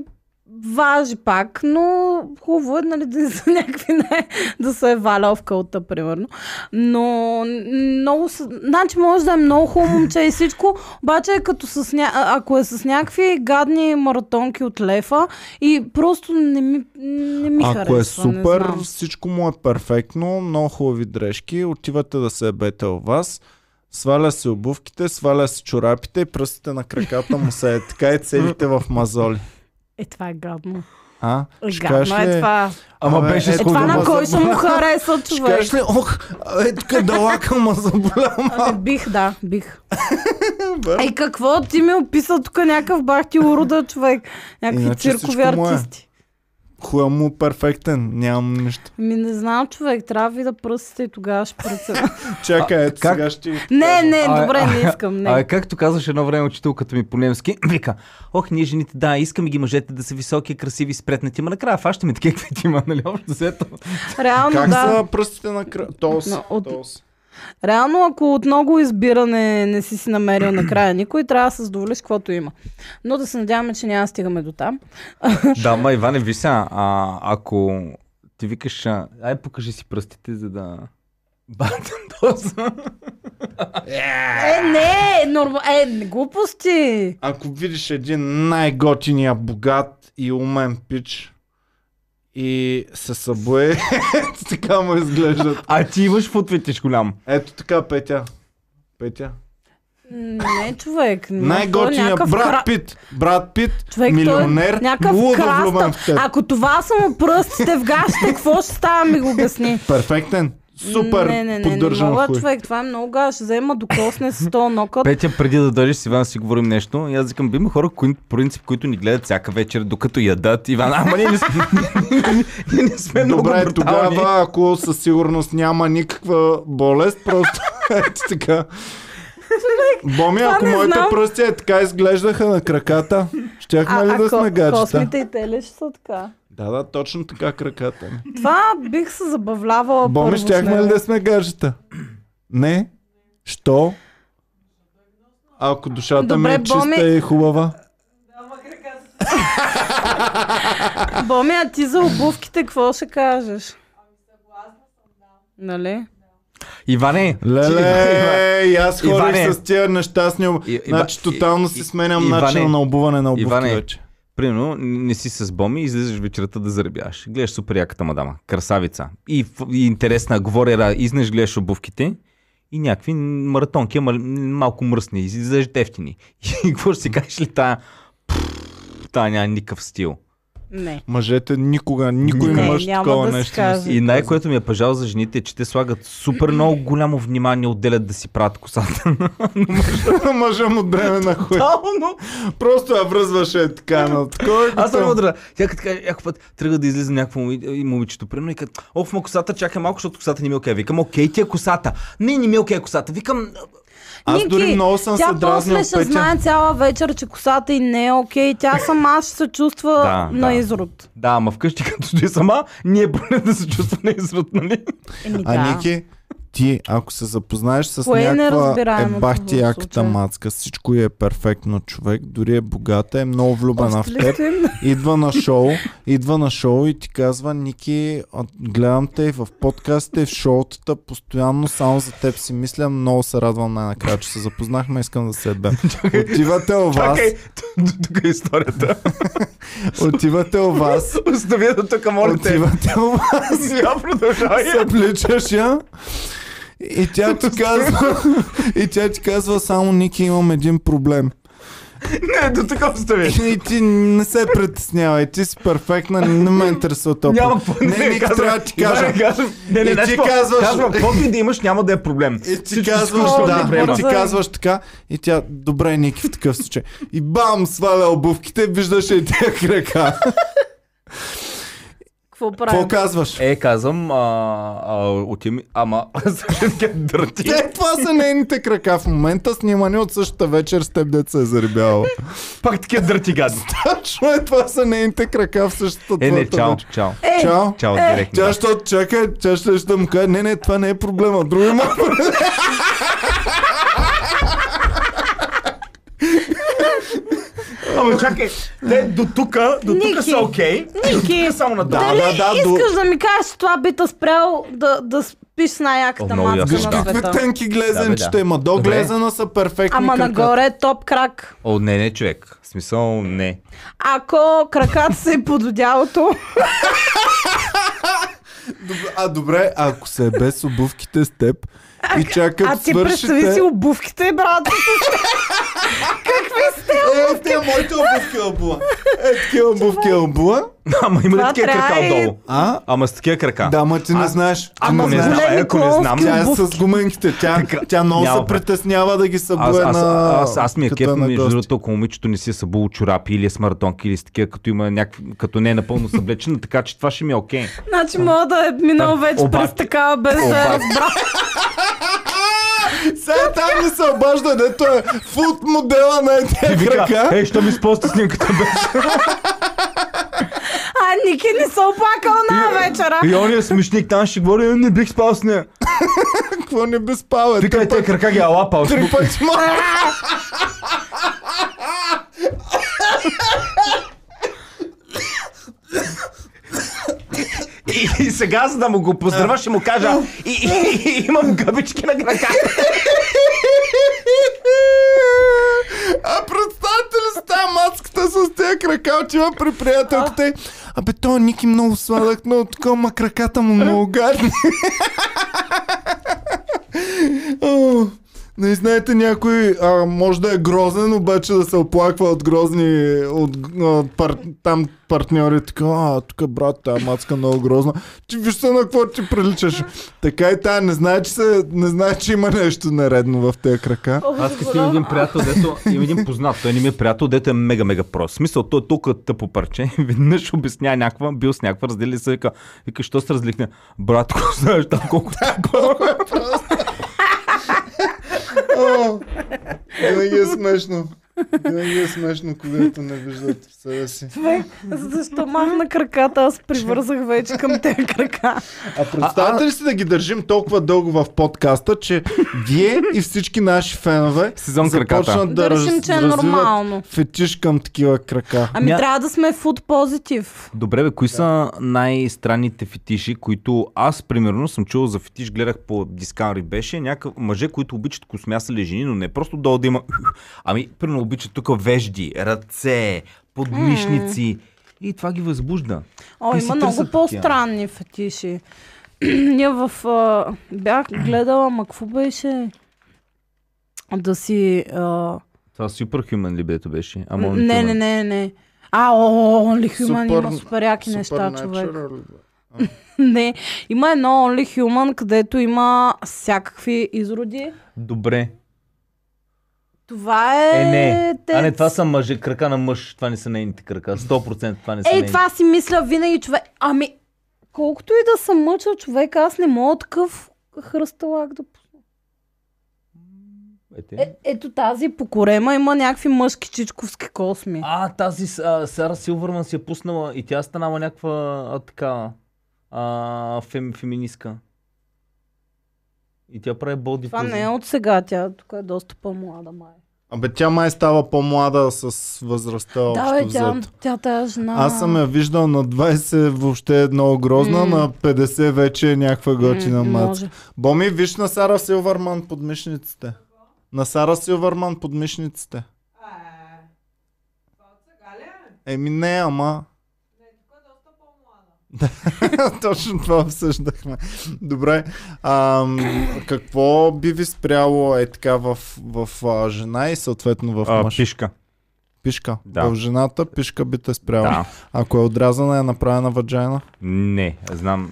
[SPEAKER 2] важи пак, но хубаво е, нали, да не са някакви, не, да се е валял в кълта, примерно. Но много, с- значи може да е много хубаво момче и всичко, обаче е като с ня... а- ако е с някакви гадни маратонки от лефа и просто не ми, не ми
[SPEAKER 1] Ако
[SPEAKER 2] харесва,
[SPEAKER 1] е супер,
[SPEAKER 2] не знам.
[SPEAKER 1] всичко му е перфектно, много хубави дрежки, отивате да се ебете у вас, сваля се обувките, сваля се чорапите и пръстите на краката му се е така и целите в мазоли.
[SPEAKER 2] Е, това е гадно.
[SPEAKER 1] А? Ще кажеш
[SPEAKER 2] Гадно е
[SPEAKER 1] ли,
[SPEAKER 2] това.
[SPEAKER 3] Ама
[SPEAKER 1] Абе,
[SPEAKER 3] беше
[SPEAKER 1] е,
[SPEAKER 3] с
[SPEAKER 2] Е, това
[SPEAKER 1] Ходила
[SPEAKER 2] на
[SPEAKER 1] за-
[SPEAKER 2] кой ще му хареса,
[SPEAKER 1] Ще
[SPEAKER 2] човек?
[SPEAKER 1] кажеш ли, ох, е така далака ма заболя
[SPEAKER 2] Абе,
[SPEAKER 1] малко.
[SPEAKER 2] бих, да, бих. Ей, какво ти ми описа тук някакъв бахти уруда човек? Някакви
[SPEAKER 1] Иначе
[SPEAKER 2] циркови
[SPEAKER 1] всичко му е.
[SPEAKER 2] артисти.
[SPEAKER 1] Хуя му е перфектен, нямам нищо.
[SPEAKER 2] Ми Ами, не знам, човек, трябва ви да пръсите и тогава ще преценя.
[SPEAKER 1] Чакай, ето
[SPEAKER 3] как-
[SPEAKER 1] сега ще... ти-
[SPEAKER 2] не, не,
[SPEAKER 3] А,
[SPEAKER 2] добре,
[SPEAKER 3] а,
[SPEAKER 2] не искам,
[SPEAKER 3] А,
[SPEAKER 2] не.
[SPEAKER 3] е, както казваше едно време учителката ми по немски, вика, ох, ние жените, да, искаме ги мъжете да са високи, красиви, спретнати, ма накрая фащаме такива, каквито има, нали, общо взето.
[SPEAKER 2] Реално,
[SPEAKER 1] Как
[SPEAKER 2] да.
[SPEAKER 1] са пръстите на кра... Тос,
[SPEAKER 2] Но от-
[SPEAKER 1] тос.
[SPEAKER 2] Реално, ако от много избиране не си си намерил накрая никой, трябва да се задоволиш с каквото има. Но да се надяваме, че няма да стигаме до там.
[SPEAKER 3] да, ма Иване, виж сега, а, ако ти викаш, а, ай покажи си пръстите, за да... Батен доза.
[SPEAKER 2] Е, не, норма... е, глупости.
[SPEAKER 1] Ако видиш един най-готиния, богат и умен пич и се събуе, ето така му изглеждат.
[SPEAKER 3] А ти имаш футветиш голям.
[SPEAKER 1] Ето така, Петя. Петя.
[SPEAKER 2] Не, човек. не, той е
[SPEAKER 1] Най-готиния
[SPEAKER 2] някакъв кра-
[SPEAKER 1] брат Пит. Брат Пит,
[SPEAKER 2] Човек,
[SPEAKER 1] милионер,
[SPEAKER 2] той е някакъв
[SPEAKER 1] лудо
[SPEAKER 2] крастъл.
[SPEAKER 1] влюбен в теб.
[SPEAKER 2] Ако това са му пръстите в гащите, какво ще става, ми го обясни.
[SPEAKER 1] Перфектен. Супер
[SPEAKER 2] не, не, не,
[SPEAKER 1] поддържан
[SPEAKER 2] не мога,
[SPEAKER 1] хуй.
[SPEAKER 2] човек, това е много гаш. Взема докосне с този нокът.
[SPEAKER 3] Петя, преди да дойдеш с Иван, си говорим нещо. И аз викам, би има хора, кои, принцип, които ни гледат всяка вечер, докато ядат. Иван, ама ние не сме, ние не сме много
[SPEAKER 1] Добре,
[SPEAKER 3] брутални.
[SPEAKER 1] тогава, ако със сигурност няма никаква болест, просто ето така. Боми, ако
[SPEAKER 2] не
[SPEAKER 1] моите
[SPEAKER 2] знам.
[SPEAKER 1] пръсти е така изглеждаха на краката, щяхме ли нали да
[SPEAKER 2] ко-
[SPEAKER 1] сме гаджета?
[SPEAKER 2] космите и те ли ще са така?
[SPEAKER 1] Да, да, точно така краката. ми.
[SPEAKER 2] Това бих се забавлявала
[SPEAKER 1] Боми,
[SPEAKER 2] първо с
[SPEAKER 1] щяхме ли
[SPEAKER 2] него.
[SPEAKER 1] да сме гаджета? Не. Що? Ако душата ми е
[SPEAKER 2] Добре, Боми.
[SPEAKER 1] чиста и хубава.
[SPEAKER 2] Боми, а ти за обувките какво ще кажеш? Нали?
[SPEAKER 3] Иване,
[SPEAKER 1] Леле, и аз ходих
[SPEAKER 3] Иване.
[SPEAKER 1] с тия нещастни об...
[SPEAKER 3] И- Ива-
[SPEAKER 1] Значи тотално
[SPEAKER 3] И-
[SPEAKER 1] си сменям
[SPEAKER 3] Иване.
[SPEAKER 1] начина на обуване на обувки
[SPEAKER 3] Иване.
[SPEAKER 1] вече.
[SPEAKER 3] Примерно, не си с боми, излизаш вечерта да заребяваш. Гледаш супер яката мадама, красавица. И, ф- и интересна, говорера, изнеш гледаш обувките и някакви маратонки, ама малко мръсни, излизаш ефтини. И какво ще си кажеш ли тая, пф, тая няма никакъв стил.
[SPEAKER 2] Не.
[SPEAKER 1] Мъжете никога, никой
[SPEAKER 3] Никога.
[SPEAKER 1] не, мъж
[SPEAKER 2] Не, няма
[SPEAKER 1] такова
[SPEAKER 2] да
[SPEAKER 1] нещо.
[SPEAKER 2] се
[SPEAKER 1] не
[SPEAKER 2] каже.
[SPEAKER 1] си
[SPEAKER 3] И
[SPEAKER 1] казва.
[SPEAKER 3] най-което ми е пажал за жените е, че те слагат супер много голямо внимание, отделят да си правят косата.
[SPEAKER 1] Мъжа му дреме на хуй.
[SPEAKER 3] Тотално!
[SPEAKER 1] Просто я връзваше така на такова. е
[SPEAKER 3] Аз съм мъдра. Тя като каже, някой път тръгва да излиза някакво моми- и момичето, примерно, и като, оф, ма косата, чакай малко, защото косата не ми е окей. Викам, окей, ти е косата. Не, не ми е окей косата. Викам,
[SPEAKER 1] Аз дори много съм
[SPEAKER 2] тя
[SPEAKER 1] се дразнил
[SPEAKER 2] после ще
[SPEAKER 1] Петя.
[SPEAKER 2] знае цяла вечер, че косата й не е окей. Тя сама ще се чувства
[SPEAKER 3] Да,
[SPEAKER 2] на
[SPEAKER 3] да.
[SPEAKER 2] изрод.
[SPEAKER 3] да, ама вкъщи като стои сама, ние поне да се чувстваме изрод, нали?
[SPEAKER 2] Еми,
[SPEAKER 1] А
[SPEAKER 2] да.
[SPEAKER 1] Ники, ти ако се запознаеш с
[SPEAKER 2] Кое е
[SPEAKER 1] някаква
[SPEAKER 2] неразбираемото
[SPEAKER 1] ебахти
[SPEAKER 2] в
[SPEAKER 1] яката
[SPEAKER 2] случая?
[SPEAKER 1] мацка, всичко й е перфектно човек, дори е богата, е много влюбена в
[SPEAKER 2] Още ли
[SPEAKER 1] теб,
[SPEAKER 2] сте?
[SPEAKER 1] идва на шоу, идва на шоу и ти казва, Ники, а, гледам те и в подкастите, и в шоутата, постоянно само за теб си мисля, много се радвам най-накрая, че се запознахме, искам да се ебем. Отивате у вас,
[SPEAKER 3] Чакай, т- тук е историята.
[SPEAKER 1] отивате у вас,
[SPEAKER 3] Остави я до тук, моля те.
[SPEAKER 1] отивате у вас,
[SPEAKER 3] Сега продължавай.
[SPEAKER 1] Събличаш я. И тя ти казва, и тя ти казва само Ники имам един проблем.
[SPEAKER 3] Не, до тук остави.
[SPEAKER 1] И ти не се притеснявай, ти си перфектна, не ме интересува това.
[SPEAKER 3] Няма какво да
[SPEAKER 1] не, не,
[SPEAKER 3] казвам.
[SPEAKER 1] трябва да ти
[SPEAKER 3] Иване,
[SPEAKER 1] кажа.
[SPEAKER 3] казвам. Не, не,
[SPEAKER 1] И
[SPEAKER 3] знаеш
[SPEAKER 1] ти
[SPEAKER 3] какво?
[SPEAKER 1] казваш-
[SPEAKER 3] Казвам, каквото и да имаш, няма да е проблем.
[SPEAKER 1] И ти
[SPEAKER 3] Всичко
[SPEAKER 1] казваш,
[SPEAKER 3] изкушно
[SPEAKER 1] да,
[SPEAKER 3] го приема.
[SPEAKER 1] и ти казваш така, и тя, добре, Ники, в такъв случай. И бам, сваля обувките, виждаш и тя крака.
[SPEAKER 2] Какво
[SPEAKER 1] Какво
[SPEAKER 2] правим?
[SPEAKER 1] казваш?
[SPEAKER 3] Е, казвам, а, а, отим, ама, същия дърти.
[SPEAKER 1] Те, това са нейните крака в момента, снимани от същата вечер с теб деца е заребяла.
[SPEAKER 3] Пак такива дърти гадни.
[SPEAKER 1] Точно е, това са нейните крака в същата
[SPEAKER 3] Е, не,
[SPEAKER 1] твоята
[SPEAKER 3] чао,
[SPEAKER 1] вечер.
[SPEAKER 3] чао.
[SPEAKER 2] Е,
[SPEAKER 1] Чао.
[SPEAKER 3] Чао, директно.
[SPEAKER 1] Тя ще чака, тя ще, ще му каже, не, не, това не е проблема, друго има.
[SPEAKER 3] Ама чакай, те до тук, до тук
[SPEAKER 2] Ники.
[SPEAKER 3] са окей. е
[SPEAKER 2] Ники,
[SPEAKER 3] Само на
[SPEAKER 1] Да,
[SPEAKER 3] да.
[SPEAKER 2] дали
[SPEAKER 1] да, да, до-
[SPEAKER 2] Е, искаш да ми кажеш, че това би те спрял да, да спиш с най-яката
[SPEAKER 3] О, много
[SPEAKER 2] маска
[SPEAKER 3] ясно,
[SPEAKER 2] на
[SPEAKER 3] да.
[SPEAKER 1] Какви
[SPEAKER 2] света?
[SPEAKER 1] тънки глезенчета
[SPEAKER 3] Да, бе, да.
[SPEAKER 1] има, до
[SPEAKER 3] Добре.
[SPEAKER 1] глезена са перфектни
[SPEAKER 2] Ама
[SPEAKER 1] краката.
[SPEAKER 2] нагоре е топ крак.
[SPEAKER 3] О, не, не, човек. В смисъл, не.
[SPEAKER 2] Ако краката си под одялото,
[SPEAKER 1] Добре, А добре, ако се е без обувките с теб и чакат
[SPEAKER 2] а ти представи
[SPEAKER 1] свършите...
[SPEAKER 2] си обувките, брат.
[SPEAKER 1] Е, те, моите обувки е обула. Е, такива обувки е обула.
[SPEAKER 3] Ама има ли
[SPEAKER 2] Това
[SPEAKER 3] такива
[SPEAKER 2] трябва
[SPEAKER 3] крака
[SPEAKER 2] и-
[SPEAKER 3] отдолу?
[SPEAKER 1] А?
[SPEAKER 3] Ама с такива крака.
[SPEAKER 1] Да, ма ти не
[SPEAKER 3] А-
[SPEAKER 1] знаеш. Ти
[SPEAKER 3] Ама
[SPEAKER 1] не
[SPEAKER 3] не знам,
[SPEAKER 1] знаеш.
[SPEAKER 2] големи
[SPEAKER 3] е, ако не знам.
[SPEAKER 2] колски.
[SPEAKER 1] Тя е с гуменките. Тя, тя много
[SPEAKER 3] Няма,
[SPEAKER 1] се
[SPEAKER 3] брат.
[SPEAKER 1] притеснява да ги
[SPEAKER 3] Аз,
[SPEAKER 1] събуе
[SPEAKER 3] аз,
[SPEAKER 1] на...
[SPEAKER 3] аз, аз ми е
[SPEAKER 1] като
[SPEAKER 3] кеф,
[SPEAKER 1] на
[SPEAKER 3] между
[SPEAKER 1] гости.
[SPEAKER 3] другото, ако момичето не си е събуло чорапи или е с маратонки или с такива, като, има някакви, като не е напълно съблечена, така че това ще ми е окей.
[SPEAKER 2] Значи мога да е минал
[SPEAKER 3] Да,
[SPEAKER 2] вече през
[SPEAKER 3] обаче-
[SPEAKER 2] такава без да е
[SPEAKER 3] обаче-
[SPEAKER 2] разбрал.
[SPEAKER 1] Сега там ми се обажда, дето е фут модела на тези крака.
[SPEAKER 3] Ей, що ми спости снимката беше?
[SPEAKER 2] А Ники не се оплакал на вечера.
[SPEAKER 3] И он е смешник, там ще говори, «Е, не бих спал с нея.
[SPEAKER 1] Какво не би спал? Е,
[SPEAKER 3] Вика,
[SPEAKER 1] три
[SPEAKER 3] е, те
[SPEAKER 1] пъти-
[SPEAKER 3] крака ги е лапал.
[SPEAKER 1] три пъти ма.
[SPEAKER 3] И, и сега, за да му го поздравя, ще му кажа, и, и, и, имам гъбички на крака.
[SPEAKER 1] А представете ли си тази мацката с тези крака отива при приятелката и, Абе, той Ники много сладък, но така, ма краката му много гадни. О, Не знаете, някой а, може да е грозен, обаче да се оплаква от грозни от, а, пар, там партньори. Така, а, тук брат, тази мацка е много грозна. Ти виж се на какво ти приличаш. Така и тая не знае, че, се, не знае, че има нещо нередно в тези крака.
[SPEAKER 3] Аз като имам един приятел, дето имам един познат, той не ми е приятел, дето е мега, мега прост. В Смисъл, той е толкова тъпо парче. Веднъж обяснява някаква, бил с някаква, раздели се, вика, вика, що се разликне? Брат, ако знаеш там колко
[SPEAKER 1] Колко е просто. О, Винаги е смешно. Винаги е смешно, когато не виждат в себе си.
[SPEAKER 2] Бе, Защо махна краката? Аз привързах вече към тези крака.
[SPEAKER 1] А представете ли си да ги държим толкова дълго в подкаста, че вие и всички наши фенове
[SPEAKER 3] Сезон краката.
[SPEAKER 1] започнат да
[SPEAKER 2] Държим,
[SPEAKER 1] раз,
[SPEAKER 2] че е
[SPEAKER 1] развиват
[SPEAKER 2] нормално.
[SPEAKER 1] фетиш към такива крака?
[SPEAKER 2] Ами
[SPEAKER 3] Ня-
[SPEAKER 2] трябва да сме фуд позитив.
[SPEAKER 3] Добре, бе, кои са най-странните фетиши, които аз, примерно, съм чувал за фетиш, гледах по Discovery беше, някакъв мъже, които обичат космясали жени, но не просто долу да има... Ами, примерно, обичат тук вежди, ръце, подмишници. И това ги възбужда.
[SPEAKER 2] О,
[SPEAKER 3] Те си
[SPEAKER 2] има много
[SPEAKER 3] търсят
[SPEAKER 2] по-странни фетиши. Ние в... А, бях гледала, ма какво беше? Да си... А,
[SPEAKER 3] Това Superhuman ли бето беше? Ама
[SPEAKER 2] не, не, не, не. А, о, о, Only Human
[SPEAKER 1] Супер-
[SPEAKER 2] има супер яки неща, човек.
[SPEAKER 1] Supernatural ли бе?
[SPEAKER 2] Не, има едно Only Human, където има всякакви изроди.
[SPEAKER 4] Добре.
[SPEAKER 2] Това е...
[SPEAKER 4] Е, не.
[SPEAKER 2] те-
[SPEAKER 4] А не, това са мъже, крака на мъж. Това не са нейните крака. 100% това не са
[SPEAKER 2] Ей,
[SPEAKER 4] нейните.
[SPEAKER 2] Е, това си мисля винаги, човек. Ами, колкото и да съм мъча човек, аз не мога такъв хръсталак да... пусна.
[SPEAKER 4] Е, те.
[SPEAKER 2] Е, ето тази покорема има някакви мъжки чичковски косми.
[SPEAKER 4] А, тази с- а, Сара Силвърман си е пуснала и тя станала някаква а, така а, фем, феминистка. И тя прави боди
[SPEAKER 2] Това
[SPEAKER 4] пози.
[SPEAKER 2] не е от сега, тя тук е доста по-млада май.
[SPEAKER 1] Абе, тя май става по-млада с възрастта
[SPEAKER 2] Да, бе,
[SPEAKER 1] общо
[SPEAKER 2] тя,
[SPEAKER 1] взето.
[SPEAKER 2] тя тази жена...
[SPEAKER 1] Аз съм я виждал на 20 въобще е много грозна,
[SPEAKER 2] М.
[SPEAKER 1] на 50 вече е някаква готина
[SPEAKER 2] М,
[SPEAKER 1] маца.
[SPEAKER 2] може.
[SPEAKER 1] Боми, виж на Сара Силвърман подмишниците. На Сара Силвърман подмишниците. Еми не, ама... Да, точно това обсъждахме. Добре, а, какво би ви спряло е така в, в, а, жена и съответно в
[SPEAKER 3] А,
[SPEAKER 1] мъж?
[SPEAKER 3] пишка.
[SPEAKER 1] Пишка.
[SPEAKER 3] Да.
[SPEAKER 1] В жената пишка би те спряла.
[SPEAKER 3] Да.
[SPEAKER 1] Ако е отрязана, е направена ваджайна.
[SPEAKER 3] Не, знам.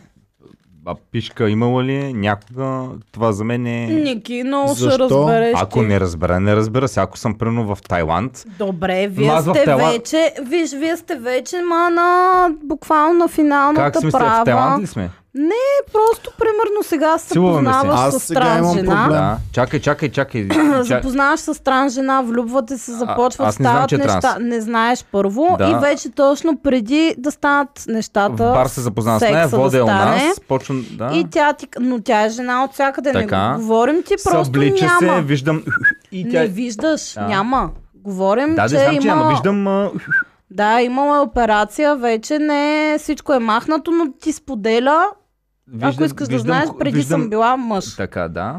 [SPEAKER 3] А пишка имала ли е някога? Това за мен е...
[SPEAKER 2] Ники, много ще
[SPEAKER 1] Защо?
[SPEAKER 2] разбереш.
[SPEAKER 3] Ако
[SPEAKER 2] ти.
[SPEAKER 3] не разбера, не разбера. Сега ако съм примерно в Тайланд,
[SPEAKER 2] Добре, вие
[SPEAKER 3] Маз в
[SPEAKER 2] сте
[SPEAKER 3] Тайланд.
[SPEAKER 2] вече, виж, вие сте вече, ма на буквално на финалната
[SPEAKER 3] как сме в
[SPEAKER 2] права.
[SPEAKER 3] Тайланд ли сме?
[SPEAKER 2] Е, просто, примерно, сега се
[SPEAKER 3] Целуваме се.
[SPEAKER 2] познаваш
[SPEAKER 1] Аз
[SPEAKER 2] с
[SPEAKER 1] сега
[SPEAKER 2] транс
[SPEAKER 1] имам
[SPEAKER 2] жена.
[SPEAKER 1] проблем.
[SPEAKER 3] Да. Чакай, чакай, чакай. Чак...
[SPEAKER 2] Запознаваш с транс жена, влюбвате се, започват,
[SPEAKER 3] аз не знам,
[SPEAKER 2] стават
[SPEAKER 3] че е
[SPEAKER 2] неща.
[SPEAKER 3] транс.
[SPEAKER 2] Не знаеш първо
[SPEAKER 3] Да.
[SPEAKER 2] и вече точно преди да станат
[SPEAKER 3] В
[SPEAKER 2] нещата.
[SPEAKER 3] бар се запозна с
[SPEAKER 2] секса
[SPEAKER 3] нея,
[SPEAKER 2] да
[SPEAKER 3] воде у
[SPEAKER 2] стане.
[SPEAKER 3] нас, почвам... Да.
[SPEAKER 2] И тя ти, но тя е жена от всякъде.
[SPEAKER 3] Така.
[SPEAKER 2] Не го говорим ти, просто
[SPEAKER 3] Съблича се,
[SPEAKER 2] няма.
[SPEAKER 3] виждам... И тя...
[SPEAKER 2] Не виждаш,
[SPEAKER 3] Да.
[SPEAKER 2] няма. Говорим,
[SPEAKER 3] да,
[SPEAKER 2] че,
[SPEAKER 3] да, знам,
[SPEAKER 2] има...
[SPEAKER 3] че ама виждам... А...
[SPEAKER 2] Да, имала е операция, вече не е, всичко е махнато, но ти споделя,
[SPEAKER 3] Виждам,
[SPEAKER 2] ако искаш
[SPEAKER 3] виждам,
[SPEAKER 2] да знаеш, преди
[SPEAKER 3] виждам...
[SPEAKER 2] съм била мъж.
[SPEAKER 3] Така, да.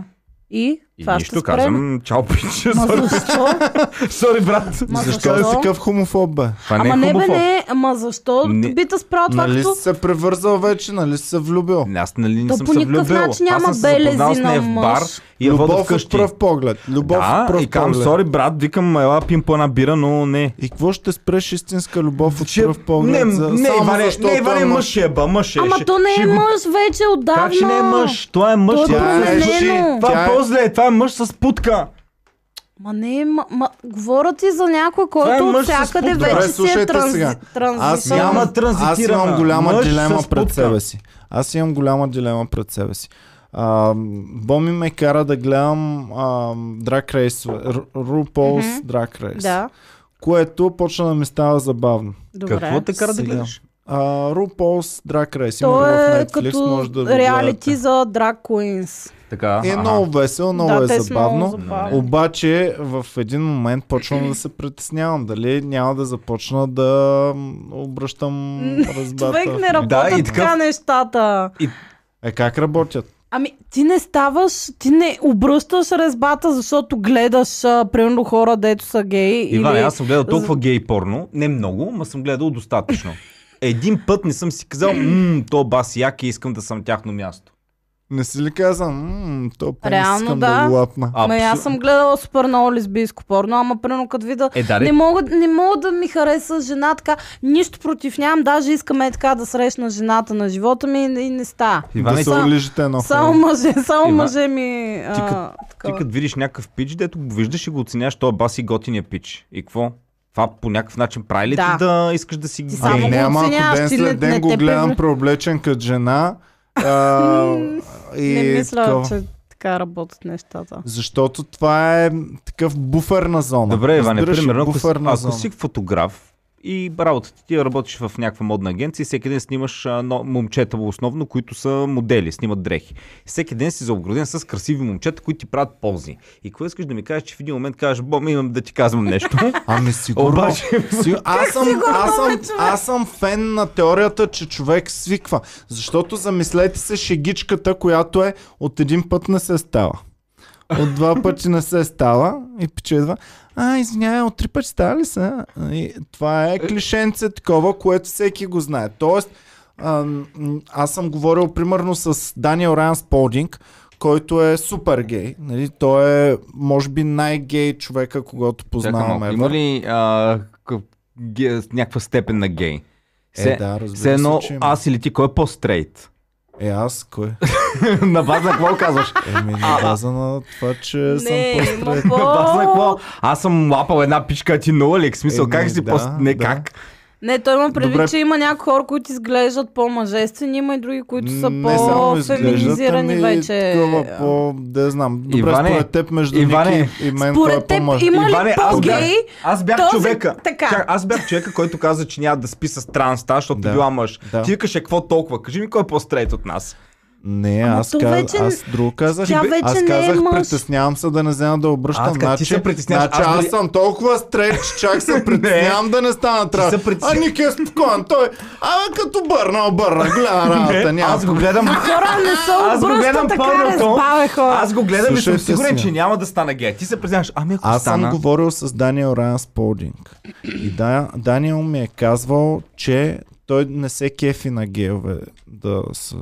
[SPEAKER 2] И,
[SPEAKER 3] И
[SPEAKER 2] това ще
[SPEAKER 3] нищо,
[SPEAKER 2] спрем.
[SPEAKER 3] казвам, чао, пича,
[SPEAKER 2] Ма
[SPEAKER 3] сори,
[SPEAKER 2] защо?
[SPEAKER 3] сори, брат.
[SPEAKER 2] Ма
[SPEAKER 1] Защо е такъв хомофоб, бе?
[SPEAKER 3] Това не е
[SPEAKER 2] Ама не, бе,
[SPEAKER 3] хубаво.
[SPEAKER 2] не, ама защо
[SPEAKER 3] Не.
[SPEAKER 2] би те спрал това,
[SPEAKER 1] Нали
[SPEAKER 2] като
[SPEAKER 1] си се превързал вече, нали си се влюбил?
[SPEAKER 3] Не, Аз нали не
[SPEAKER 2] То
[SPEAKER 3] съм
[SPEAKER 2] по
[SPEAKER 3] се
[SPEAKER 2] никакъв
[SPEAKER 3] влюбил.
[SPEAKER 2] начин
[SPEAKER 3] Аз
[SPEAKER 2] няма
[SPEAKER 3] съм се
[SPEAKER 2] белези
[SPEAKER 3] запознал с нея в
[SPEAKER 2] на
[SPEAKER 3] бар
[SPEAKER 2] мъж.
[SPEAKER 3] и я водя
[SPEAKER 1] Любов е
[SPEAKER 3] вкъщи.
[SPEAKER 1] пръв поглед. Любов
[SPEAKER 3] Да,
[SPEAKER 1] е пръв
[SPEAKER 3] и казвам,
[SPEAKER 1] поглед.
[SPEAKER 3] сори брат, викам, ела пим по една бира, но не.
[SPEAKER 1] И какво ще спреш истинска любов от пръв поглед?
[SPEAKER 3] не,
[SPEAKER 1] за-
[SPEAKER 3] не,
[SPEAKER 1] само
[SPEAKER 3] Иване,
[SPEAKER 1] защото
[SPEAKER 3] не, Иване,
[SPEAKER 1] е
[SPEAKER 3] мъж е, ба, мъж е.
[SPEAKER 2] Ама
[SPEAKER 3] ще-
[SPEAKER 2] то не
[SPEAKER 3] ще
[SPEAKER 2] е
[SPEAKER 3] го-
[SPEAKER 2] мъж вече отдавна.
[SPEAKER 3] Как ще не е мъж? Той е мъж.
[SPEAKER 2] Той е
[SPEAKER 3] тя
[SPEAKER 1] променено.
[SPEAKER 3] Това
[SPEAKER 1] Тя
[SPEAKER 3] е
[SPEAKER 1] е-
[SPEAKER 3] по-зле, това е мъж с путка.
[SPEAKER 2] Ма не е ма, ма, говоря ти за някой,
[SPEAKER 3] е
[SPEAKER 2] който
[SPEAKER 3] мъж
[SPEAKER 2] от
[SPEAKER 3] с
[SPEAKER 2] всякъде
[SPEAKER 3] пудра.
[SPEAKER 1] Добре,
[SPEAKER 2] вече си е
[SPEAKER 1] слушайте
[SPEAKER 2] транзи,
[SPEAKER 1] сега. Аз
[SPEAKER 2] транзитен.
[SPEAKER 1] нямам,
[SPEAKER 3] Няма транзитирана.
[SPEAKER 1] аз имам голяма
[SPEAKER 3] Мъж
[SPEAKER 1] дилема
[SPEAKER 3] с
[SPEAKER 1] пред
[SPEAKER 3] путка.
[SPEAKER 1] себе си. Аз имам голяма дилема пред себе си. А, Боми ме кара да гледам а, Drag Race, Р- RuPaul's
[SPEAKER 2] Мгм.
[SPEAKER 1] Drag Race,
[SPEAKER 2] Да,
[SPEAKER 1] което почна да ми става забавно.
[SPEAKER 2] добре.
[SPEAKER 4] Какво те кара да
[SPEAKER 1] Сега.
[SPEAKER 4] гледаш?
[SPEAKER 1] А, RuPaul's Drag Race, има го
[SPEAKER 2] То
[SPEAKER 1] в
[SPEAKER 2] е
[SPEAKER 1] Netflix,
[SPEAKER 2] като
[SPEAKER 1] може да го
[SPEAKER 2] реалити
[SPEAKER 1] гледате.
[SPEAKER 2] за драг Queens.
[SPEAKER 3] Така,
[SPEAKER 1] Е
[SPEAKER 3] аха.
[SPEAKER 1] много весело, много
[SPEAKER 2] да,
[SPEAKER 1] е
[SPEAKER 2] те са Много
[SPEAKER 1] забавно.
[SPEAKER 2] забавни.
[SPEAKER 1] Обаче в един момент почвам да се притеснявам. Дали няма да започна да м, обръщам разбата.
[SPEAKER 2] Човек не работи
[SPEAKER 3] Да, и
[SPEAKER 2] така
[SPEAKER 3] такъв-
[SPEAKER 2] нещата.
[SPEAKER 1] Е как работят?
[SPEAKER 2] Ами, ти не ставаш, ти не обръщаш резбата, защото гледаш, а, примерно, хора, дето са геи.
[SPEAKER 3] Иван,
[SPEAKER 2] или...
[SPEAKER 3] аз съм гледал толкова гей порно, не много, но съм гледал достатъчно. Един път не съм си казал, мм, то бас як и искам да съм тяхно място.
[SPEAKER 1] Не си ли казвам, мм, то пенис
[SPEAKER 2] Реално
[SPEAKER 1] искам
[SPEAKER 2] да.
[SPEAKER 1] да го лапна.
[SPEAKER 2] Ама
[SPEAKER 3] Абсу-
[SPEAKER 2] аз съм гледала супер много лесбийско порно, ама примерно като видя...
[SPEAKER 3] Е, да,
[SPEAKER 2] Не
[SPEAKER 3] не...
[SPEAKER 2] мога, не мога да ми хареса жена така, нищо против нямам, даже искаме така да срещна жената на живота ми и не, и не става.
[SPEAKER 1] да
[SPEAKER 3] Иване,
[SPEAKER 1] се
[SPEAKER 2] са-
[SPEAKER 1] улижите едно
[SPEAKER 2] Само
[SPEAKER 1] хубаво.
[SPEAKER 2] мъже, само
[SPEAKER 3] Ива-
[SPEAKER 2] мъже ми... А,
[SPEAKER 3] Ти като- ти
[SPEAKER 2] такова.
[SPEAKER 3] като видиш някакъв пич, дето го виждаш и го оценяваш, то бас и готиния пич. И какво? Това по някакъв начин прави ли
[SPEAKER 2] Да.
[SPEAKER 3] ти да искаш да си
[SPEAKER 2] Ти
[SPEAKER 3] гей?
[SPEAKER 2] само
[SPEAKER 1] Ами
[SPEAKER 2] го
[SPEAKER 1] не, ама
[SPEAKER 2] оценяваш,
[SPEAKER 1] ако ден
[SPEAKER 2] ти не-
[SPEAKER 1] след
[SPEAKER 2] не
[SPEAKER 1] ден го
[SPEAKER 2] те
[SPEAKER 1] гледам
[SPEAKER 2] превръ-
[SPEAKER 1] преоблечен като жена. а, и
[SPEAKER 2] Не мисля,
[SPEAKER 1] е такова.
[SPEAKER 2] че така работят нещата.
[SPEAKER 1] Защото това е такъв буферна зона.
[SPEAKER 3] Добре, Иване,
[SPEAKER 1] Разбираш ли?
[SPEAKER 3] примерно, ако, си-
[SPEAKER 1] буферна
[SPEAKER 3] ако
[SPEAKER 1] зона.
[SPEAKER 3] си фотограф и работата ти е работиш в някаква модна агенция и всеки ден снимаш а, но, момчета основно, които са модели, снимат дрехи. Всеки ден си заобграден с красиви момчета, които ти правят ползи. И какво искаш да ми кажеш, че в един момент кажеш, бом, имам да ти казвам нещо.
[SPEAKER 1] Ами сигурно.
[SPEAKER 3] Обаче-
[SPEAKER 1] Си... Аз, съм, аз, съм, аз съм фен на теорията, че човек свиква. Защото замислете се шегичката, която е от един път не се става. От два пъти не се става и пиче едва. А, извинявай, от три пъти става ли са? И това е клишенце такова, което всеки го знае. Тоест, ам, м, аз съм говорил примерно с Даниел Райан Сполдинг, който е супер гей. Нали? Той е, може би, най-гей човека, когато
[SPEAKER 3] Чакай малко,
[SPEAKER 1] познаваме.
[SPEAKER 3] Има ли а, къ- ге- с някаква степен на гей.
[SPEAKER 1] Е,
[SPEAKER 3] Се,
[SPEAKER 1] да, разбира
[SPEAKER 3] се едно,
[SPEAKER 1] се, че има.
[SPEAKER 3] аз или ти, кой е по-стрейт?
[SPEAKER 1] Е, аз кой?
[SPEAKER 3] на база на какво казваш?
[SPEAKER 1] Еми, на база на това, че съм
[SPEAKER 2] Не,
[SPEAKER 1] по
[SPEAKER 2] има
[SPEAKER 3] На база на
[SPEAKER 2] по...
[SPEAKER 3] какво? Аз съм лапал една пичка, а ти нула ли? В смисъл,
[SPEAKER 1] Еми,
[SPEAKER 3] как си
[SPEAKER 1] Е, да,
[SPEAKER 3] по... Не,
[SPEAKER 1] да.
[SPEAKER 3] как?
[SPEAKER 2] Не, той има предвид,
[SPEAKER 1] Добре.
[SPEAKER 2] че има някои хора, които изглеждат по-мъжествени, има и други, които са
[SPEAKER 1] Не само изглеждат,
[SPEAKER 2] по-феминизирани
[SPEAKER 1] ами
[SPEAKER 2] вече.
[SPEAKER 1] Такова, по... Да знам. Добре,
[SPEAKER 3] Иване,
[SPEAKER 1] според теб между
[SPEAKER 3] Иване,
[SPEAKER 1] Ники и мен кой е
[SPEAKER 2] Според теб
[SPEAKER 1] по-мъж.
[SPEAKER 2] има ли
[SPEAKER 3] Иване, аз бях-
[SPEAKER 2] Нали, по-гей?
[SPEAKER 3] Аз бях
[SPEAKER 2] Този-
[SPEAKER 3] човека.
[SPEAKER 2] така.
[SPEAKER 3] Чак, аз бях човека, който каза, че няма да спи с транста, защото
[SPEAKER 1] Да.
[SPEAKER 3] била мъж.
[SPEAKER 1] Да.
[SPEAKER 3] Ти викаше какво толкова? Кажи ми кой е по-стрейт от нас.
[SPEAKER 1] Не,
[SPEAKER 2] Ама
[SPEAKER 1] аз,
[SPEAKER 2] то
[SPEAKER 1] каз...
[SPEAKER 2] вече-
[SPEAKER 1] аз друго казах.
[SPEAKER 2] Тя
[SPEAKER 1] Бе,
[SPEAKER 2] вече
[SPEAKER 1] аз
[SPEAKER 2] не е
[SPEAKER 1] казах,
[SPEAKER 2] мъж.
[SPEAKER 1] притеснявам се да не взема да обръщам.
[SPEAKER 3] А, така, ти се притесняваш,
[SPEAKER 1] значи
[SPEAKER 3] аз
[SPEAKER 1] аз,
[SPEAKER 3] дори-
[SPEAKER 1] съм толкова стрет, че чак се притеснявам да не стана трябва.
[SPEAKER 3] се притесня-
[SPEAKER 1] А Ники е спокоен. Той Абе, като бърна, обърна. Голяма работа. Няма.
[SPEAKER 3] Аз го гледам.
[SPEAKER 2] Хора не се
[SPEAKER 3] Аз го
[SPEAKER 2] обръща
[SPEAKER 3] гледам
[SPEAKER 2] така,
[SPEAKER 3] порното.
[SPEAKER 2] разбавя хора.
[SPEAKER 3] Аз го гледам и съм
[SPEAKER 1] Слушайте
[SPEAKER 3] сигурен,
[SPEAKER 1] си.
[SPEAKER 3] че няма да стана гей. Ти се признаваш, ами ако
[SPEAKER 1] Аз съм
[SPEAKER 3] стана...
[SPEAKER 1] говорил с Даниел Райан Сполдинг. И да, Даниел ми е казвал, че той не се кефи на геове да, с,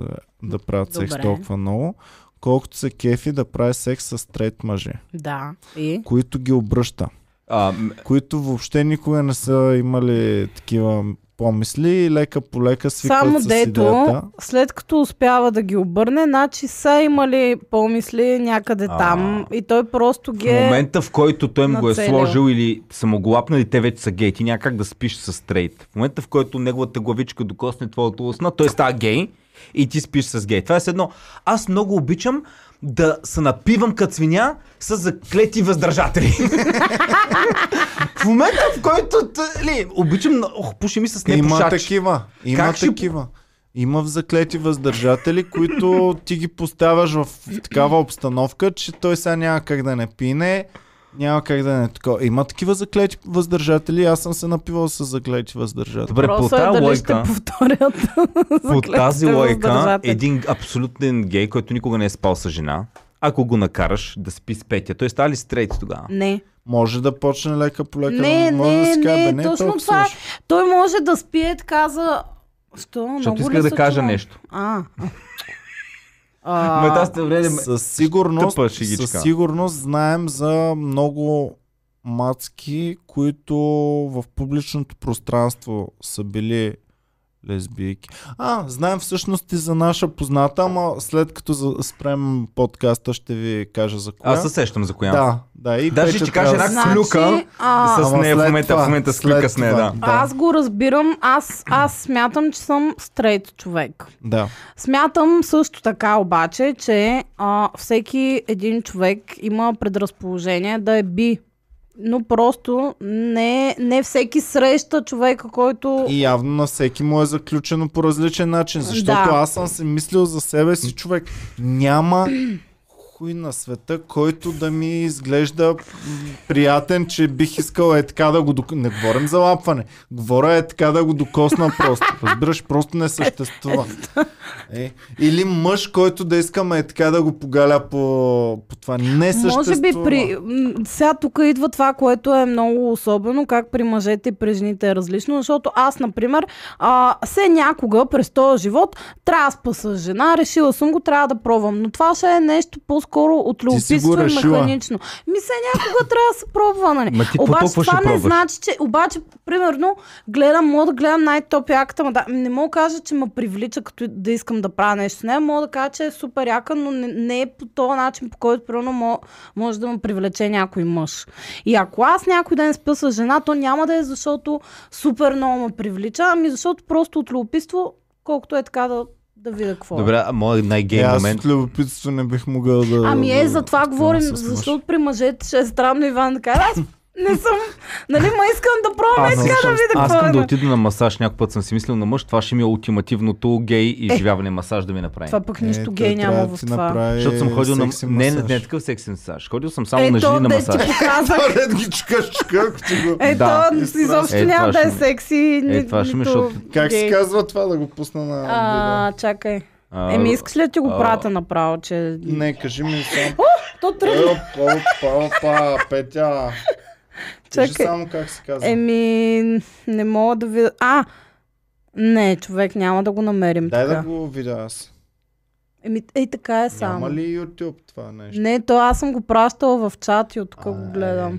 [SPEAKER 1] да правят секс
[SPEAKER 2] Добре.
[SPEAKER 1] толкова много, колкото се кефи да прави секс с трет мъже,
[SPEAKER 2] Да. И?
[SPEAKER 1] които ги обръща.
[SPEAKER 3] А, м-
[SPEAKER 1] Които въобще никога не са имали такива помисли и лека по лека свикват
[SPEAKER 2] Само
[SPEAKER 1] с
[SPEAKER 2] дето,
[SPEAKER 1] идеята.
[SPEAKER 2] след като успява да ги обърне, значи са имали помисли някъде
[SPEAKER 3] А.
[SPEAKER 2] там и той просто ги
[SPEAKER 3] в
[SPEAKER 2] е...
[SPEAKER 3] момента, в който той му го е
[SPEAKER 2] нацелил.
[SPEAKER 3] сложил или са му го лапнали, те вече са гей. Ти няма как да спиш с стрейт. В момента, в който неговата главичка докосне твоята устна, той става гей и ти спиш с гей. Това е все едно. Аз много обичам да се напивам като свиня с заклети въздържатели. в момента, в който... т- Ли, обичам... Ох, пуши ми с
[SPEAKER 1] Е, Има
[SPEAKER 3] непушач.
[SPEAKER 1] такива. Има
[SPEAKER 3] Как ще-
[SPEAKER 1] такива. Има в заклети въздържатели, които ти ги поставяш в такава обстановка, че той сега няма как да не пине, няма как да не такова. Има такива заклети въздържатели, аз съм се напивал с заклети въздържатели.
[SPEAKER 3] Добре, по
[SPEAKER 2] Просто е
[SPEAKER 3] тази
[SPEAKER 2] дали ще
[SPEAKER 3] логика...
[SPEAKER 2] повторят.
[SPEAKER 3] По
[SPEAKER 2] заклетите
[SPEAKER 3] тази лойка,
[SPEAKER 2] въздържатели.
[SPEAKER 3] един абсолютен гей, който никога не е спал с жена, ако го накараш да спи с Петя, той става ли стрейт тогава?
[SPEAKER 2] Не,
[SPEAKER 1] Може да почне лека по лека.
[SPEAKER 2] не,
[SPEAKER 1] може да
[SPEAKER 2] не,
[SPEAKER 1] си каже,
[SPEAKER 2] не,
[SPEAKER 1] бе, не е
[SPEAKER 2] точно
[SPEAKER 1] толкова
[SPEAKER 2] това е.
[SPEAKER 1] сложно.
[SPEAKER 2] Той може да спие така за... Що?
[SPEAKER 3] Защото
[SPEAKER 2] Много
[SPEAKER 3] исках
[SPEAKER 2] ли
[SPEAKER 3] да кажа
[SPEAKER 2] съчувам?
[SPEAKER 3] нещо.
[SPEAKER 2] А.
[SPEAKER 3] Ме,
[SPEAKER 2] а.
[SPEAKER 3] аз те вреде, ме-
[SPEAKER 1] Ами, Със сигурност,
[SPEAKER 3] Тъпа шегичка.
[SPEAKER 1] със сигурност знаем за много мацки, които в публичното пространство са били лесбийки. А, знаем всъщност и за наша позната, ама след като за- спрем подкаста ще ви кажа за коя.
[SPEAKER 3] Аз се сещам за коя.
[SPEAKER 1] Да, да. И
[SPEAKER 3] Даже
[SPEAKER 1] Петя
[SPEAKER 3] ще кажа
[SPEAKER 1] трябва
[SPEAKER 3] една
[SPEAKER 1] да се-
[SPEAKER 2] Значи,
[SPEAKER 3] клюка
[SPEAKER 2] а,
[SPEAKER 3] с
[SPEAKER 1] Ама
[SPEAKER 3] нея в
[SPEAKER 1] след
[SPEAKER 3] момента,
[SPEAKER 1] това,
[SPEAKER 3] в момента с
[SPEAKER 1] след
[SPEAKER 3] клюка с нея,
[SPEAKER 1] това,
[SPEAKER 3] да.
[SPEAKER 2] Аз го разбирам. Аз, аз смятам, че съм стрейт човек.
[SPEAKER 1] Да.
[SPEAKER 2] Смятам също така обаче, че а, всеки един човек има предразположение да е би. Но просто не, не всеки среща човека, който...
[SPEAKER 1] И явно на всеки му е заключено по различен начин, защото
[SPEAKER 2] Да.
[SPEAKER 1] аз съм си мислил за себе си човек. Няма хуй на света, който да ми изглежда м, приятен, че бих искал е така да го докосна. Не говорим за лапване. Говоря е така да го докосна просто. Разбираш, просто не съществува. Е. Или мъж, който да искаме е така да го погаля по, по това. Не съществува.
[SPEAKER 2] Може би при... м, Сега тук идва това, което е много особено, как при мъжете и при жените е различно, защото аз, например, а, се някога през този живот трябва да спа с жена, решила съм го, трябва да пробвам. Но това ще е нещо по-скоро от любопитство и
[SPEAKER 1] решила.
[SPEAKER 2] механично. Ми се някога трябва да се пробва, нали?
[SPEAKER 3] Ма ти по
[SPEAKER 2] обаче
[SPEAKER 3] толкова
[SPEAKER 2] това не
[SPEAKER 3] ще пробваш.
[SPEAKER 2] значи, че... Обаче, примерно, гледам, мога да гледам най-топ яката, ма да, не мога да кажа, че ме привлича, като и да искам да правя нещо с нея. Мога да кажа, че е супер яка, но не, не е по този начин, по който, примерно, мо- може да ме привлече някой мъж. И ако аз някой ден спя с жена, то няма да е защото супер много ме привлича, ами защото просто от любопитство, колкото е така да, да видя какво е.
[SPEAKER 3] Добре, а моят
[SPEAKER 1] Е,
[SPEAKER 3] най-гей
[SPEAKER 1] аз
[SPEAKER 3] момент.
[SPEAKER 1] от любопитство не бих могъл да...
[SPEAKER 2] Ами е, за това
[SPEAKER 1] да-
[SPEAKER 2] говорим,
[SPEAKER 1] с мъж.
[SPEAKER 2] защото при мъжете ще е странно Иван да каже, аз не съм, нали, ма искам да пробвам, е
[SPEAKER 3] Аз
[SPEAKER 2] така да видя
[SPEAKER 3] Аз
[SPEAKER 2] какво
[SPEAKER 3] искам
[SPEAKER 2] е.
[SPEAKER 3] да
[SPEAKER 2] да.
[SPEAKER 3] отида на масаж, някой път съм си мислил на мъж, това ще ми е ултимативното гей изживяване масаж да ми направи.
[SPEAKER 2] Е. Това пък нищо
[SPEAKER 1] Е,
[SPEAKER 2] гей
[SPEAKER 1] той трябва
[SPEAKER 2] няма
[SPEAKER 1] да
[SPEAKER 2] в
[SPEAKER 1] ти
[SPEAKER 2] това.
[SPEAKER 1] направи
[SPEAKER 3] Защото съм ходил на...
[SPEAKER 1] Е, секси
[SPEAKER 3] Не, не,
[SPEAKER 1] масаж.
[SPEAKER 3] не е такъв секси масаж. Ходил съм само на жени
[SPEAKER 2] Ето,
[SPEAKER 3] на
[SPEAKER 2] Е, да ти
[SPEAKER 3] масаж.
[SPEAKER 2] показах.
[SPEAKER 1] Ред ги чукаш, чукаш, ти го...
[SPEAKER 2] Ето,
[SPEAKER 3] Да.
[SPEAKER 2] изобщо
[SPEAKER 3] Е, това
[SPEAKER 2] няма да
[SPEAKER 3] ще
[SPEAKER 2] е
[SPEAKER 3] ми-
[SPEAKER 2] секси. ни-
[SPEAKER 3] е, това ще ми,
[SPEAKER 2] нито
[SPEAKER 3] защото-
[SPEAKER 1] Как
[SPEAKER 2] гей.
[SPEAKER 1] се казва това да го пусна на видео?
[SPEAKER 2] А, чакай. Еми, искаш ли да ти го
[SPEAKER 3] а-
[SPEAKER 2] прата направо, че...
[SPEAKER 1] Не, кажи ми само.
[SPEAKER 2] То тръгна.
[SPEAKER 1] Е, Опа, опа, опа, Петя. Кажи
[SPEAKER 2] Чакай.
[SPEAKER 1] само как се казва.
[SPEAKER 2] Еми, не мога да видя... А, не, човек, няма да го намерим
[SPEAKER 1] Дай да
[SPEAKER 2] така.
[SPEAKER 1] го видя аз.
[SPEAKER 2] Еми, ей така е само.
[SPEAKER 1] Няма ли YouTube това нещо?
[SPEAKER 2] Не, то аз съм го пращала в чат и от тук
[SPEAKER 1] А,
[SPEAKER 2] го гледам.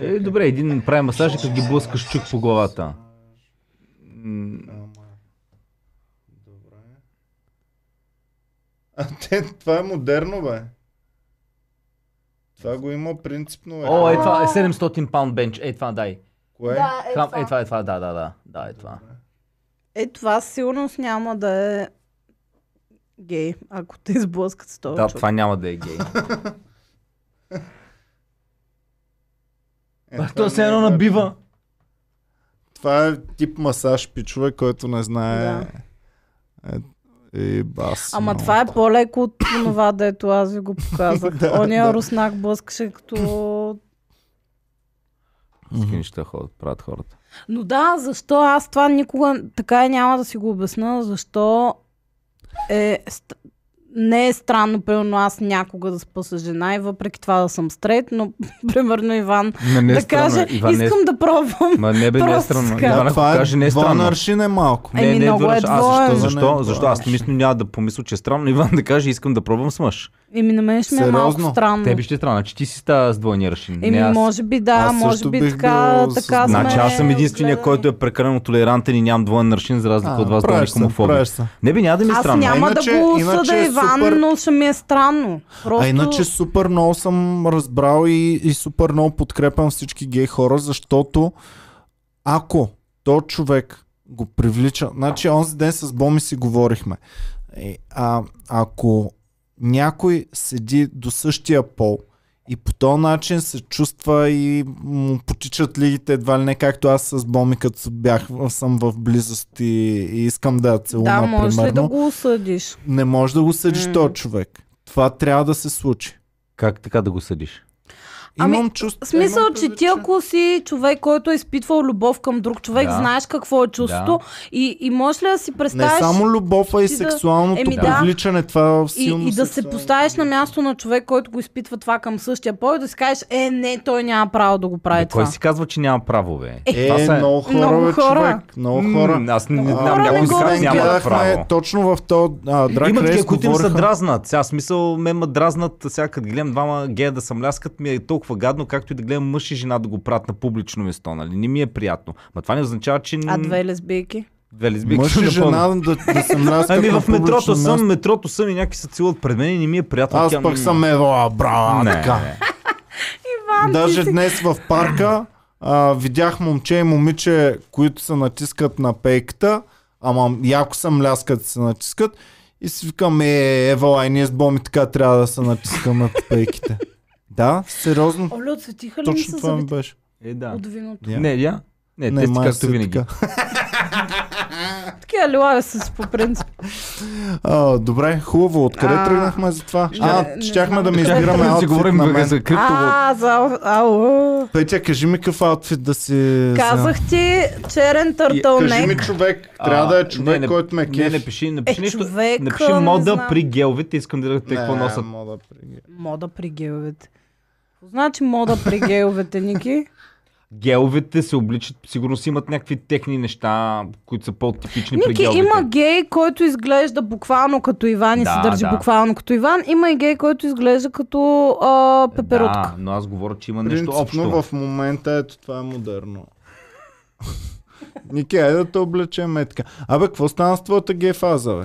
[SPEAKER 1] не, не.
[SPEAKER 5] Е, добре, един прави масаж и като ги блъскаш чук по главата. М,
[SPEAKER 1] Ама. Добре. А те, това е модерно, бе. Това го има принципно, бе.
[SPEAKER 5] О, е това, е 700 паунд бенч, е това дай.
[SPEAKER 1] Кое?
[SPEAKER 6] Да, е
[SPEAKER 5] Хлам,
[SPEAKER 6] това.
[SPEAKER 5] е това, е това, да, да, да, да, е това.
[SPEAKER 2] Е, това със сигурност няма да е гей, ако те сблъскат с този
[SPEAKER 5] Да,
[SPEAKER 2] човек.
[SPEAKER 5] това няма да е гей.
[SPEAKER 1] Е,
[SPEAKER 5] Ба,
[SPEAKER 1] това
[SPEAKER 5] То
[SPEAKER 1] не
[SPEAKER 5] се
[SPEAKER 1] е
[SPEAKER 5] едно
[SPEAKER 1] верно.
[SPEAKER 5] набива.
[SPEAKER 1] Това е тип масаж, пичове, който не знае. Да. Е, е, бас.
[SPEAKER 2] Ама
[SPEAKER 1] но.
[SPEAKER 2] това е по-леко от това, дето аз ви го показах.
[SPEAKER 1] Да,
[SPEAKER 2] Ония
[SPEAKER 1] да.
[SPEAKER 2] руснак блъскаше като...
[SPEAKER 3] Такива неща ходят, правят хората.
[SPEAKER 2] Но да, защо аз това никога така и няма да си го обясна, защо е... ст- Не е странно, примерно аз някога да спа с жена и въпреки това да съм стрейт, но примерно Иван
[SPEAKER 3] Не, не
[SPEAKER 2] да
[SPEAKER 3] е странно,
[SPEAKER 2] каже,
[SPEAKER 3] Иван, не е
[SPEAKER 2] искам да пробвам.
[SPEAKER 3] Ма не бе, не е
[SPEAKER 2] Просто
[SPEAKER 3] странно.
[SPEAKER 2] така.
[SPEAKER 3] Иван, ако
[SPEAKER 1] това
[SPEAKER 3] каже, не е странно.
[SPEAKER 1] Ванаршин е малко.
[SPEAKER 2] Еми,
[SPEAKER 3] не, не,
[SPEAKER 2] много е
[SPEAKER 3] връщ- а,
[SPEAKER 2] двоен.
[SPEAKER 3] защо? Защо?
[SPEAKER 1] Не,
[SPEAKER 3] Защо? Аз мисля, няма да помисля, че е странно. Иван да каже, искам да пробвам с мъж.
[SPEAKER 2] Еми на мен ще ми е малко
[SPEAKER 1] Сериозно?
[SPEAKER 2] странно.
[SPEAKER 5] Тебе ще е странно, че ти си става с двойния ръшин.
[SPEAKER 2] Еми,
[SPEAKER 5] не аз.
[SPEAKER 2] може би да,
[SPEAKER 1] аз
[SPEAKER 2] може
[SPEAKER 1] също
[SPEAKER 2] би
[SPEAKER 1] бих
[SPEAKER 2] така,
[SPEAKER 1] бил с-
[SPEAKER 2] така сме
[SPEAKER 5] Значи аз съм единствения,
[SPEAKER 2] гледали.
[SPEAKER 5] който е прекалено толерантен и нямам двоен ръшин, за разлика от вас, двойни
[SPEAKER 1] правиш се,
[SPEAKER 5] хомофоби.
[SPEAKER 1] правиш се.
[SPEAKER 5] Не би, няма да ми е
[SPEAKER 2] Аз
[SPEAKER 5] странно.
[SPEAKER 2] няма да
[SPEAKER 1] Иначе-
[SPEAKER 2] го
[SPEAKER 1] иначе
[SPEAKER 2] осъда,
[SPEAKER 1] е
[SPEAKER 2] Иван,
[SPEAKER 1] супер.
[SPEAKER 2] но ще ми е странно. Просто...
[SPEAKER 1] А иначе супер много съм разбрал и, и супер много подкрепям всички гей хора, защото ако то човек го привлича... Значи онзи ден с Боми си говорихме. Е, а, ако някой седи до същия пол и по този начин се чувства и му потичат лигите едва ли не, както аз с Боми, като бях, съм в близост и, и искам да я целуна,
[SPEAKER 2] да, можеш ли
[SPEAKER 1] примерно.
[SPEAKER 2] да го осъдиш?
[SPEAKER 1] Не може да го съдиш
[SPEAKER 2] М.
[SPEAKER 1] mm. този човек. Това трябва да се случи.
[SPEAKER 3] Как така да го съдиш?
[SPEAKER 2] Ами,
[SPEAKER 1] Имам чувство.
[SPEAKER 2] В смисъл,
[SPEAKER 1] имам
[SPEAKER 2] че
[SPEAKER 1] предвид,
[SPEAKER 2] ти ако си човек, който е изпитвал любов към друг човек,
[SPEAKER 5] Да.
[SPEAKER 2] знаеш какво е чувството и, и можеш ли да си
[SPEAKER 1] Не
[SPEAKER 2] представиш...
[SPEAKER 1] само любов, а и
[SPEAKER 2] ти да-
[SPEAKER 1] сексуалното
[SPEAKER 2] Еми да.
[SPEAKER 1] привличане. Това е
[SPEAKER 2] И,
[SPEAKER 1] силно
[SPEAKER 2] и да се
[SPEAKER 1] сексуално.
[SPEAKER 2] поставиш на място на човек, който го изпитва това към същия пол и да си кажеш, е, не, той няма право да го прави
[SPEAKER 3] Бе,
[SPEAKER 2] това.
[SPEAKER 3] Кой си казва, че няма право, бе? Това
[SPEAKER 1] Е,
[SPEAKER 3] са-
[SPEAKER 1] много хора,
[SPEAKER 2] Много
[SPEAKER 1] бе,
[SPEAKER 2] хора.
[SPEAKER 1] човек. Много хора.
[SPEAKER 3] М, Аз не не
[SPEAKER 1] А,
[SPEAKER 3] знам,
[SPEAKER 2] не
[SPEAKER 3] някой
[SPEAKER 2] го
[SPEAKER 3] казва, няма
[SPEAKER 1] гледахме
[SPEAKER 3] право.
[SPEAKER 1] Точно в този а, драк
[SPEAKER 3] Има
[SPEAKER 1] рейс
[SPEAKER 3] такива, които им се
[SPEAKER 1] говориха.
[SPEAKER 3] дразнат. Сега смисъл, ме ме дразнат, сега като гледам двама гея да съм ляскат, ми е толкова гадно, както и да гледам мъж и жена да го правят на публично место, нали? Не ми е приятно. Ма това не означава, че...
[SPEAKER 2] А две лесбийки?
[SPEAKER 3] две лесбийки
[SPEAKER 1] Мъж
[SPEAKER 3] са
[SPEAKER 1] и
[SPEAKER 3] напълно.
[SPEAKER 1] жена да, да се мляскат
[SPEAKER 3] Ами
[SPEAKER 1] на
[SPEAKER 3] в метрото
[SPEAKER 1] публично
[SPEAKER 3] съм,
[SPEAKER 1] място.
[SPEAKER 3] метрото съм и някакви се целуват пред мен и не ми е приятно.
[SPEAKER 1] Аз
[SPEAKER 3] Тя-
[SPEAKER 1] пък съм ево, а, бра,
[SPEAKER 3] Не.
[SPEAKER 1] така.
[SPEAKER 2] Ами
[SPEAKER 1] Даже днес в парка а, видях момче и момиче, които се натискат на пейката, ама яко съм ляскат се натискат и си викам, е, евала, и ние с Боми така трябва да се натискаме по пейките. Да, сериозно,
[SPEAKER 2] Оле, отсветиха ли ми се
[SPEAKER 1] точно това ми
[SPEAKER 2] завите
[SPEAKER 1] беше.
[SPEAKER 3] Е, да.
[SPEAKER 2] от виното?
[SPEAKER 1] Я.
[SPEAKER 3] Не, я? Не, Е, те сте
[SPEAKER 1] май
[SPEAKER 3] както
[SPEAKER 1] си е
[SPEAKER 3] винаги.
[SPEAKER 1] така.
[SPEAKER 2] Такива лилави са си по принцип.
[SPEAKER 1] А, добре, хубаво, откъде
[SPEAKER 2] А,
[SPEAKER 1] тръгнахме за това?
[SPEAKER 2] не-
[SPEAKER 1] А,
[SPEAKER 2] не
[SPEAKER 1] щяхме
[SPEAKER 2] знам.
[SPEAKER 1] да ми
[SPEAKER 3] Чакай
[SPEAKER 1] избираме
[SPEAKER 3] да си
[SPEAKER 1] аутфит
[SPEAKER 3] говорим
[SPEAKER 1] на
[SPEAKER 3] бе,
[SPEAKER 1] мен.
[SPEAKER 3] за криптовалута.
[SPEAKER 2] А, за... Ау.
[SPEAKER 1] Петя, кажи ми какъв аутфит да си... взема.
[SPEAKER 2] Казах ти черен
[SPEAKER 3] Е,
[SPEAKER 1] Кажи ми
[SPEAKER 2] търтълнек.
[SPEAKER 1] човек, трябва да е човек,
[SPEAKER 3] не,
[SPEAKER 1] който ме
[SPEAKER 3] Не,
[SPEAKER 1] кефи.
[SPEAKER 3] не пиши, не пиши нищо.
[SPEAKER 2] човека,
[SPEAKER 3] Напиши
[SPEAKER 2] Е, не
[SPEAKER 3] мода
[SPEAKER 2] знам.
[SPEAKER 3] при геловите, искам да видя те какво
[SPEAKER 1] Не,
[SPEAKER 3] носят.
[SPEAKER 1] мога да пригля.
[SPEAKER 2] Мода при геовете. Значи мода при геовете, Ники.
[SPEAKER 3] Геловете се обличат, сигурно си имат някакви техни неща, които са по-типични при
[SPEAKER 2] Ники,
[SPEAKER 3] геловете.
[SPEAKER 2] има гей, който изглежда буквално като Иван и
[SPEAKER 3] Да,
[SPEAKER 2] се държи
[SPEAKER 3] да.
[SPEAKER 2] буквално като Иван. Има и гей, който изглежда като а,
[SPEAKER 3] Да,
[SPEAKER 2] пеперутка.
[SPEAKER 3] но аз говоря, че има нещо общо.
[SPEAKER 1] Принципно в момента ето това е модерно. Ники, айде да те облечем е така. Абе, какво стана с твоята гей фаза, бе?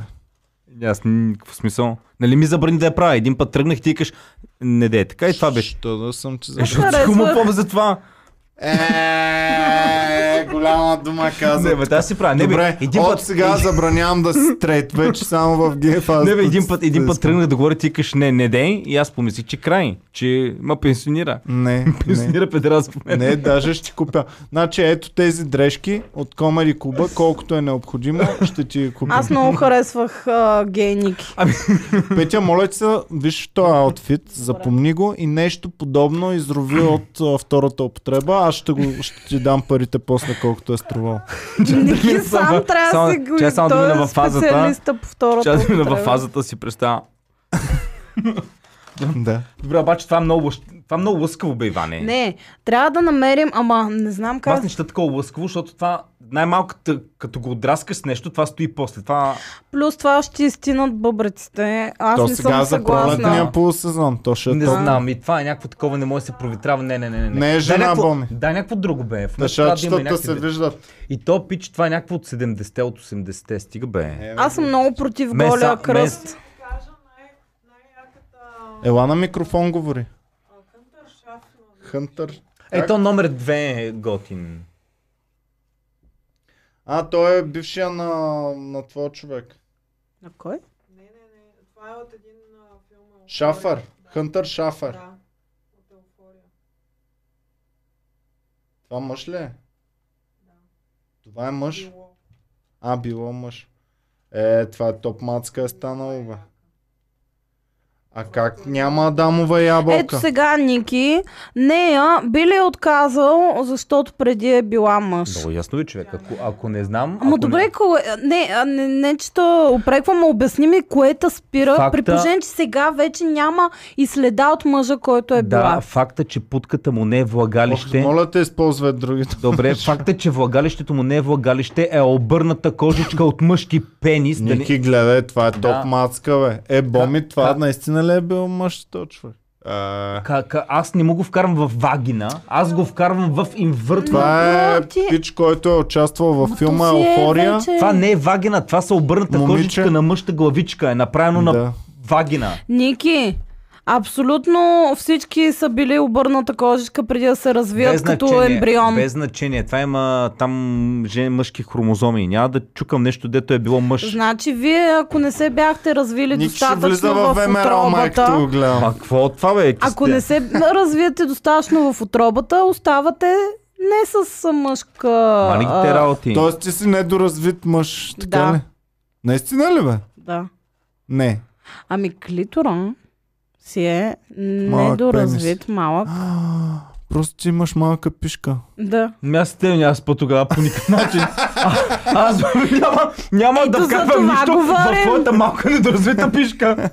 [SPEAKER 3] Аз м, в смисъл. Нали ми забрани да я правя? Един път тръгнах и ти кажеш, не дей, така и Е, това беше.
[SPEAKER 1] Що да съм ти за...
[SPEAKER 3] Защото си
[SPEAKER 2] харесва.
[SPEAKER 3] хомофоб за това.
[SPEAKER 1] Е, голяма дума
[SPEAKER 3] Не,
[SPEAKER 1] каза.
[SPEAKER 3] бе, да си правя. Не, бе,
[SPEAKER 1] Добре,
[SPEAKER 3] един
[SPEAKER 1] от
[SPEAKER 3] път, Е.
[SPEAKER 1] сега забранявам да си стрейт вече само в гей фаза.
[SPEAKER 3] Не, бе, един път, един път тръгнах да говоря, ти викаш не, не дей, и аз помислих, че край, че ма пенсионира.
[SPEAKER 1] Не, не.
[SPEAKER 3] Пенсионира педерас по мен.
[SPEAKER 1] Не, даже ще ти купя. Значи ето тези дрежки от Комери Куба, колкото е необходимо, ще ти ги купя.
[SPEAKER 2] Аз много харесвах а, гей Ники.
[SPEAKER 3] Ами,
[SPEAKER 1] Петя, моля ти се, виж този аутфит, запомни го и нещо подобно изрови от а, втората употреба. Аз ще, го, ще ти дам парите после, колкото е струвал.
[SPEAKER 2] Ники сам
[SPEAKER 3] само-
[SPEAKER 2] трябва да
[SPEAKER 3] само-
[SPEAKER 2] си го
[SPEAKER 3] чай само да
[SPEAKER 2] той
[SPEAKER 3] мина
[SPEAKER 2] е
[SPEAKER 3] във фазата.
[SPEAKER 2] специалиста по втората
[SPEAKER 3] Ще аз мина
[SPEAKER 2] употреба.
[SPEAKER 3] във фазата си представя.
[SPEAKER 1] да.
[SPEAKER 5] Добре, обаче това е много, лъщ-
[SPEAKER 7] Това много лъскаво бе, Иване.
[SPEAKER 2] Не, трябва да намерим, ама не знам
[SPEAKER 7] Аз
[SPEAKER 2] как.
[SPEAKER 7] не чета такова лъскаво, защото това най-малката, като го отраскаш с нещо, това стои после. Това...
[SPEAKER 2] Плюс това ще изтинат бъбреците. Аз
[SPEAKER 1] То
[SPEAKER 2] не
[SPEAKER 1] сега
[SPEAKER 2] съм
[SPEAKER 1] за пролетния
[SPEAKER 3] е
[SPEAKER 2] съгласна.
[SPEAKER 1] полусезон. То ще е
[SPEAKER 3] Не
[SPEAKER 1] то.
[SPEAKER 3] знам, и това е някакво такова, не може да се провитрава. Не, не, не. Не,
[SPEAKER 1] Не е
[SPEAKER 3] Дай
[SPEAKER 1] жена,
[SPEAKER 3] някакво-
[SPEAKER 1] Боми.
[SPEAKER 3] Дай някакво друго бе. В момента трябва да има
[SPEAKER 1] Тъшачетата
[SPEAKER 3] някакви
[SPEAKER 1] се
[SPEAKER 3] бе.
[SPEAKER 1] виждат.
[SPEAKER 3] И то пич, това е някакво от 70-те, от 80-те. Стига бе.
[SPEAKER 1] Е,
[SPEAKER 2] Аз съм много против
[SPEAKER 3] Меса-
[SPEAKER 2] голя кръст.
[SPEAKER 3] мес-
[SPEAKER 1] Ела на микрофон говори. Хънтър.
[SPEAKER 3] Ето Е, номер 2 е готин.
[SPEAKER 1] А, той е бившия на, на твой човек.
[SPEAKER 2] На кой?
[SPEAKER 1] Шафър. Хънтър Шафър. Това мъж ли е? Това е мъж? А, било мъж. Е, това е топ мацка е станало, бе. А как няма Адамова
[SPEAKER 2] Ето
[SPEAKER 1] ябълка?
[SPEAKER 2] сега Ники, нея би ли е отказал, защото преди е била мъж?
[SPEAKER 3] Много ясно ви, човек. Ако, ако не знам...
[SPEAKER 2] Ама
[SPEAKER 3] ако
[SPEAKER 2] добре,
[SPEAKER 3] не...
[SPEAKER 2] кое... не, а, не, не, че те опреквам, а обясни ми кое те спира,
[SPEAKER 3] Факта-
[SPEAKER 2] при положение, че сега вече няма и следа от мъжа, който е била.
[SPEAKER 3] Да, факта, че путката му не е
[SPEAKER 1] Ох,
[SPEAKER 3] влагалище...
[SPEAKER 1] моля те, използвай другите.
[SPEAKER 3] Добре, факта, че влагалището му не е влагалище, е обърната кожичка от мъжки пенис. Да не...
[SPEAKER 1] Ники, гледай, това е топ
[SPEAKER 3] Да.
[SPEAKER 1] мацка, бе. Е, Боми, това
[SPEAKER 3] как-
[SPEAKER 1] наистина ли е бил мъж Е, точно? А,
[SPEAKER 3] Ка, ка, аз не му го вкарвам в вагина, аз го вкарвам в инвърт. Това,
[SPEAKER 1] това е
[SPEAKER 2] Много ти-
[SPEAKER 1] пич, който е участвал във филма
[SPEAKER 2] То си е
[SPEAKER 1] Еуфория.
[SPEAKER 2] вече-
[SPEAKER 3] това не е вагина, това са обърната
[SPEAKER 1] Момиче.
[SPEAKER 3] кожичка на мъжта главичка. Е направено
[SPEAKER 1] Да.
[SPEAKER 3] на вагина.
[SPEAKER 2] Ники, абсолютно всички са били обърната кожичка преди да се развият като ембрион.
[SPEAKER 3] Без значение. Това има там жен, мъжки хромозоми. Няма да чукам нещо, дето е било мъж.
[SPEAKER 2] Значи вие, ако не се бяхте развили
[SPEAKER 1] Ник ще
[SPEAKER 2] достатъчно
[SPEAKER 1] влиза
[SPEAKER 2] в
[SPEAKER 1] в ВМРО, майката го
[SPEAKER 2] отробата,
[SPEAKER 1] гледам.
[SPEAKER 3] Ма какво от това бе? че
[SPEAKER 2] ако
[SPEAKER 3] сте?
[SPEAKER 2] не се развиете достатъчно в отробата, оставате не с мъжка...
[SPEAKER 3] Маленките
[SPEAKER 2] а,
[SPEAKER 3] работи.
[SPEAKER 1] Тоест ти си недоразвит мъж, така
[SPEAKER 2] Да.
[SPEAKER 1] ли? Наистина ли, бе?
[SPEAKER 2] Да.
[SPEAKER 1] Не.
[SPEAKER 2] Ами клитора си е
[SPEAKER 1] Малък
[SPEAKER 2] недоразвит малък.
[SPEAKER 1] Просто ти имаш малка пишка.
[SPEAKER 2] Да.
[SPEAKER 3] Ми Ами аз те няма спа тогава по никакъв начин. А, аз няма, няма
[SPEAKER 2] Ето
[SPEAKER 3] да
[SPEAKER 2] за
[SPEAKER 3] вкарвам
[SPEAKER 2] това
[SPEAKER 3] нищо в
[SPEAKER 2] говорим.
[SPEAKER 3] твоята малка недоразвита пишка.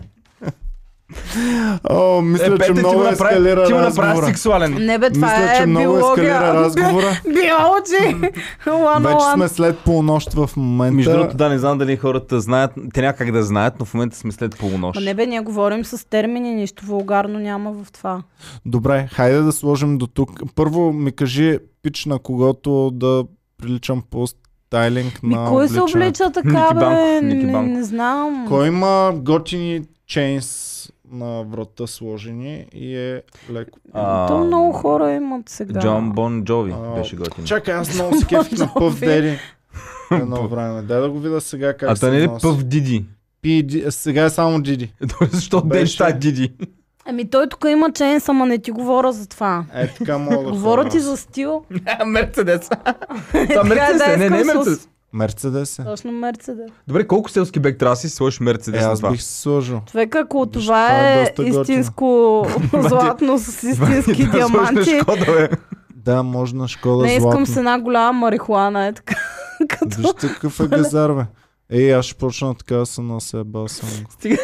[SPEAKER 1] О, мисля,
[SPEAKER 3] Е,
[SPEAKER 1] че
[SPEAKER 3] Петя, ти
[SPEAKER 1] много
[SPEAKER 3] му направи,
[SPEAKER 1] ескалира
[SPEAKER 3] ти му направи
[SPEAKER 1] разговора.
[SPEAKER 3] сексуален.
[SPEAKER 2] Не бе, това
[SPEAKER 1] Мисля,
[SPEAKER 2] е
[SPEAKER 1] че много
[SPEAKER 2] биология.
[SPEAKER 1] ескалира разговора.
[SPEAKER 2] Биологи!
[SPEAKER 1] Вече
[SPEAKER 2] One-on-one.
[SPEAKER 1] сме след полунощ в момента.
[SPEAKER 3] Между другото, да, не знам дали хората знаят, те някак да знаят, но в момента сме след полунощ.
[SPEAKER 2] Ма не бе, ние говорим с термини, нищо вулгарно няма в това.
[SPEAKER 1] Добре, хайде да сложим до тук. Първо ми кажи пич на когото да приличам по стайлинг
[SPEAKER 2] Ми
[SPEAKER 1] на
[SPEAKER 2] кой се
[SPEAKER 1] обличане.
[SPEAKER 2] облича така,
[SPEAKER 3] Ники
[SPEAKER 2] бе?
[SPEAKER 3] Банков, Ники
[SPEAKER 2] Не,
[SPEAKER 3] Банков.
[SPEAKER 2] не знам.
[SPEAKER 1] Кой има готини чейнс на врата сложени и е леко.
[SPEAKER 3] А,
[SPEAKER 2] То много хора имат сега.
[SPEAKER 3] Джон Бон Джови
[SPEAKER 1] А,
[SPEAKER 3] беше готин.
[SPEAKER 1] Чакай, аз много се кефих на Пъв Дери. Едно време. Дай да го видя сега как
[SPEAKER 3] А
[SPEAKER 1] се
[SPEAKER 3] та не е ли
[SPEAKER 1] носи.
[SPEAKER 3] пъв Диди?
[SPEAKER 1] Пи, Ди- сега е само Диди.
[SPEAKER 3] Защо
[SPEAKER 1] Беше.
[SPEAKER 3] ден та Диди?
[SPEAKER 2] Ами той тук има чейн, ама не ти говоря за това.
[SPEAKER 1] Е, така мога да
[SPEAKER 2] Говоря ти
[SPEAKER 1] ходя.
[SPEAKER 2] за стил.
[SPEAKER 3] Мерцедес.
[SPEAKER 2] Така,
[SPEAKER 3] Това Мерцедес
[SPEAKER 2] да,
[SPEAKER 3] е, не, не
[SPEAKER 2] искам с-
[SPEAKER 3] Мерцедес.
[SPEAKER 1] Мерцедес е.
[SPEAKER 2] Точно Мерцедес.
[SPEAKER 3] Добре, колко селски бек трябва да си сложиш
[SPEAKER 1] Е,
[SPEAKER 3] Мерцедес на
[SPEAKER 1] аз
[SPEAKER 3] това?
[SPEAKER 1] бих си сложил.
[SPEAKER 2] Човек, ако това
[SPEAKER 1] това е
[SPEAKER 2] е
[SPEAKER 1] доста готино.
[SPEAKER 2] истинско златно с истински
[SPEAKER 3] Да сложиш на
[SPEAKER 2] диаманти,
[SPEAKER 3] Шкода, бе.
[SPEAKER 1] Да, може на Шкода
[SPEAKER 2] не
[SPEAKER 1] златно.
[SPEAKER 2] искам с една голяма марихуана, е така. Като...
[SPEAKER 1] Вижте какъв е газар, бе. Ей, аз ще почна така да се нося басам.
[SPEAKER 3] Стига.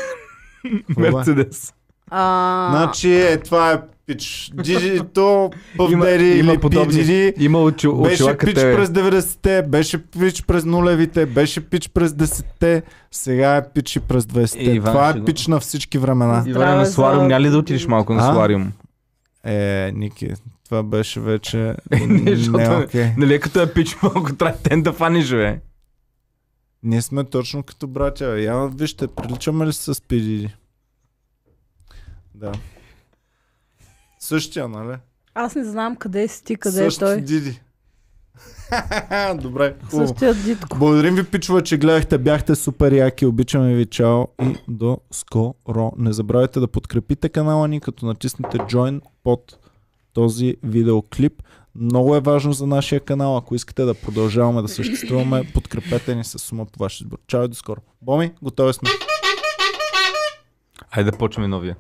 [SPEAKER 3] Мерцедес.
[SPEAKER 2] А,
[SPEAKER 1] е. Значи, е, това е пич. Дидито, Пъвдери
[SPEAKER 3] има
[SPEAKER 1] или
[SPEAKER 3] подобни.
[SPEAKER 1] Пидиди.
[SPEAKER 3] Има очи- очила
[SPEAKER 1] Беше пич
[SPEAKER 3] като е- тебе.
[SPEAKER 1] през 90-те, беше пич през нулевите, беше пич през 10-те, сега е пич и през 20-те.
[SPEAKER 3] Е, Иван,
[SPEAKER 1] това
[SPEAKER 3] ще
[SPEAKER 1] е
[SPEAKER 3] го-
[SPEAKER 1] пич на всички времена.
[SPEAKER 3] Иване, на
[SPEAKER 2] за-
[SPEAKER 3] Солариум, няма ли да отидеш малко на
[SPEAKER 1] А?
[SPEAKER 3] Солариум?
[SPEAKER 1] Е, Ники, това беше вече
[SPEAKER 3] Не,
[SPEAKER 1] не
[SPEAKER 3] Е, защото
[SPEAKER 1] окей.
[SPEAKER 3] Нали, като е пич, малко трябва тен да фаниш, бе.
[SPEAKER 1] Ние сме точно като братя. бе. Я вижте, приличаме ли с Пидиди? Да. Същия, нали?
[SPEAKER 2] аз не знам къде е си ти, къде е
[SPEAKER 1] Същ
[SPEAKER 2] той.
[SPEAKER 1] Диди. Добре, хубаво.
[SPEAKER 2] Същия дитко.
[SPEAKER 1] Благодарим ви, пичове, че гледахте. Бяхте супер яки. Обичаме ви. Чао и до скоро. Не забравяйте да подкрепите канала ни, като натиснете Join под този видеоклип. Много е важно за нашия канал. Ако искате да продължаваме да съществуваме, подкрепете ни с сума по ваш избор. Чао и до скоро. Боми, готови сме.
[SPEAKER 3] Айде да почваме новия.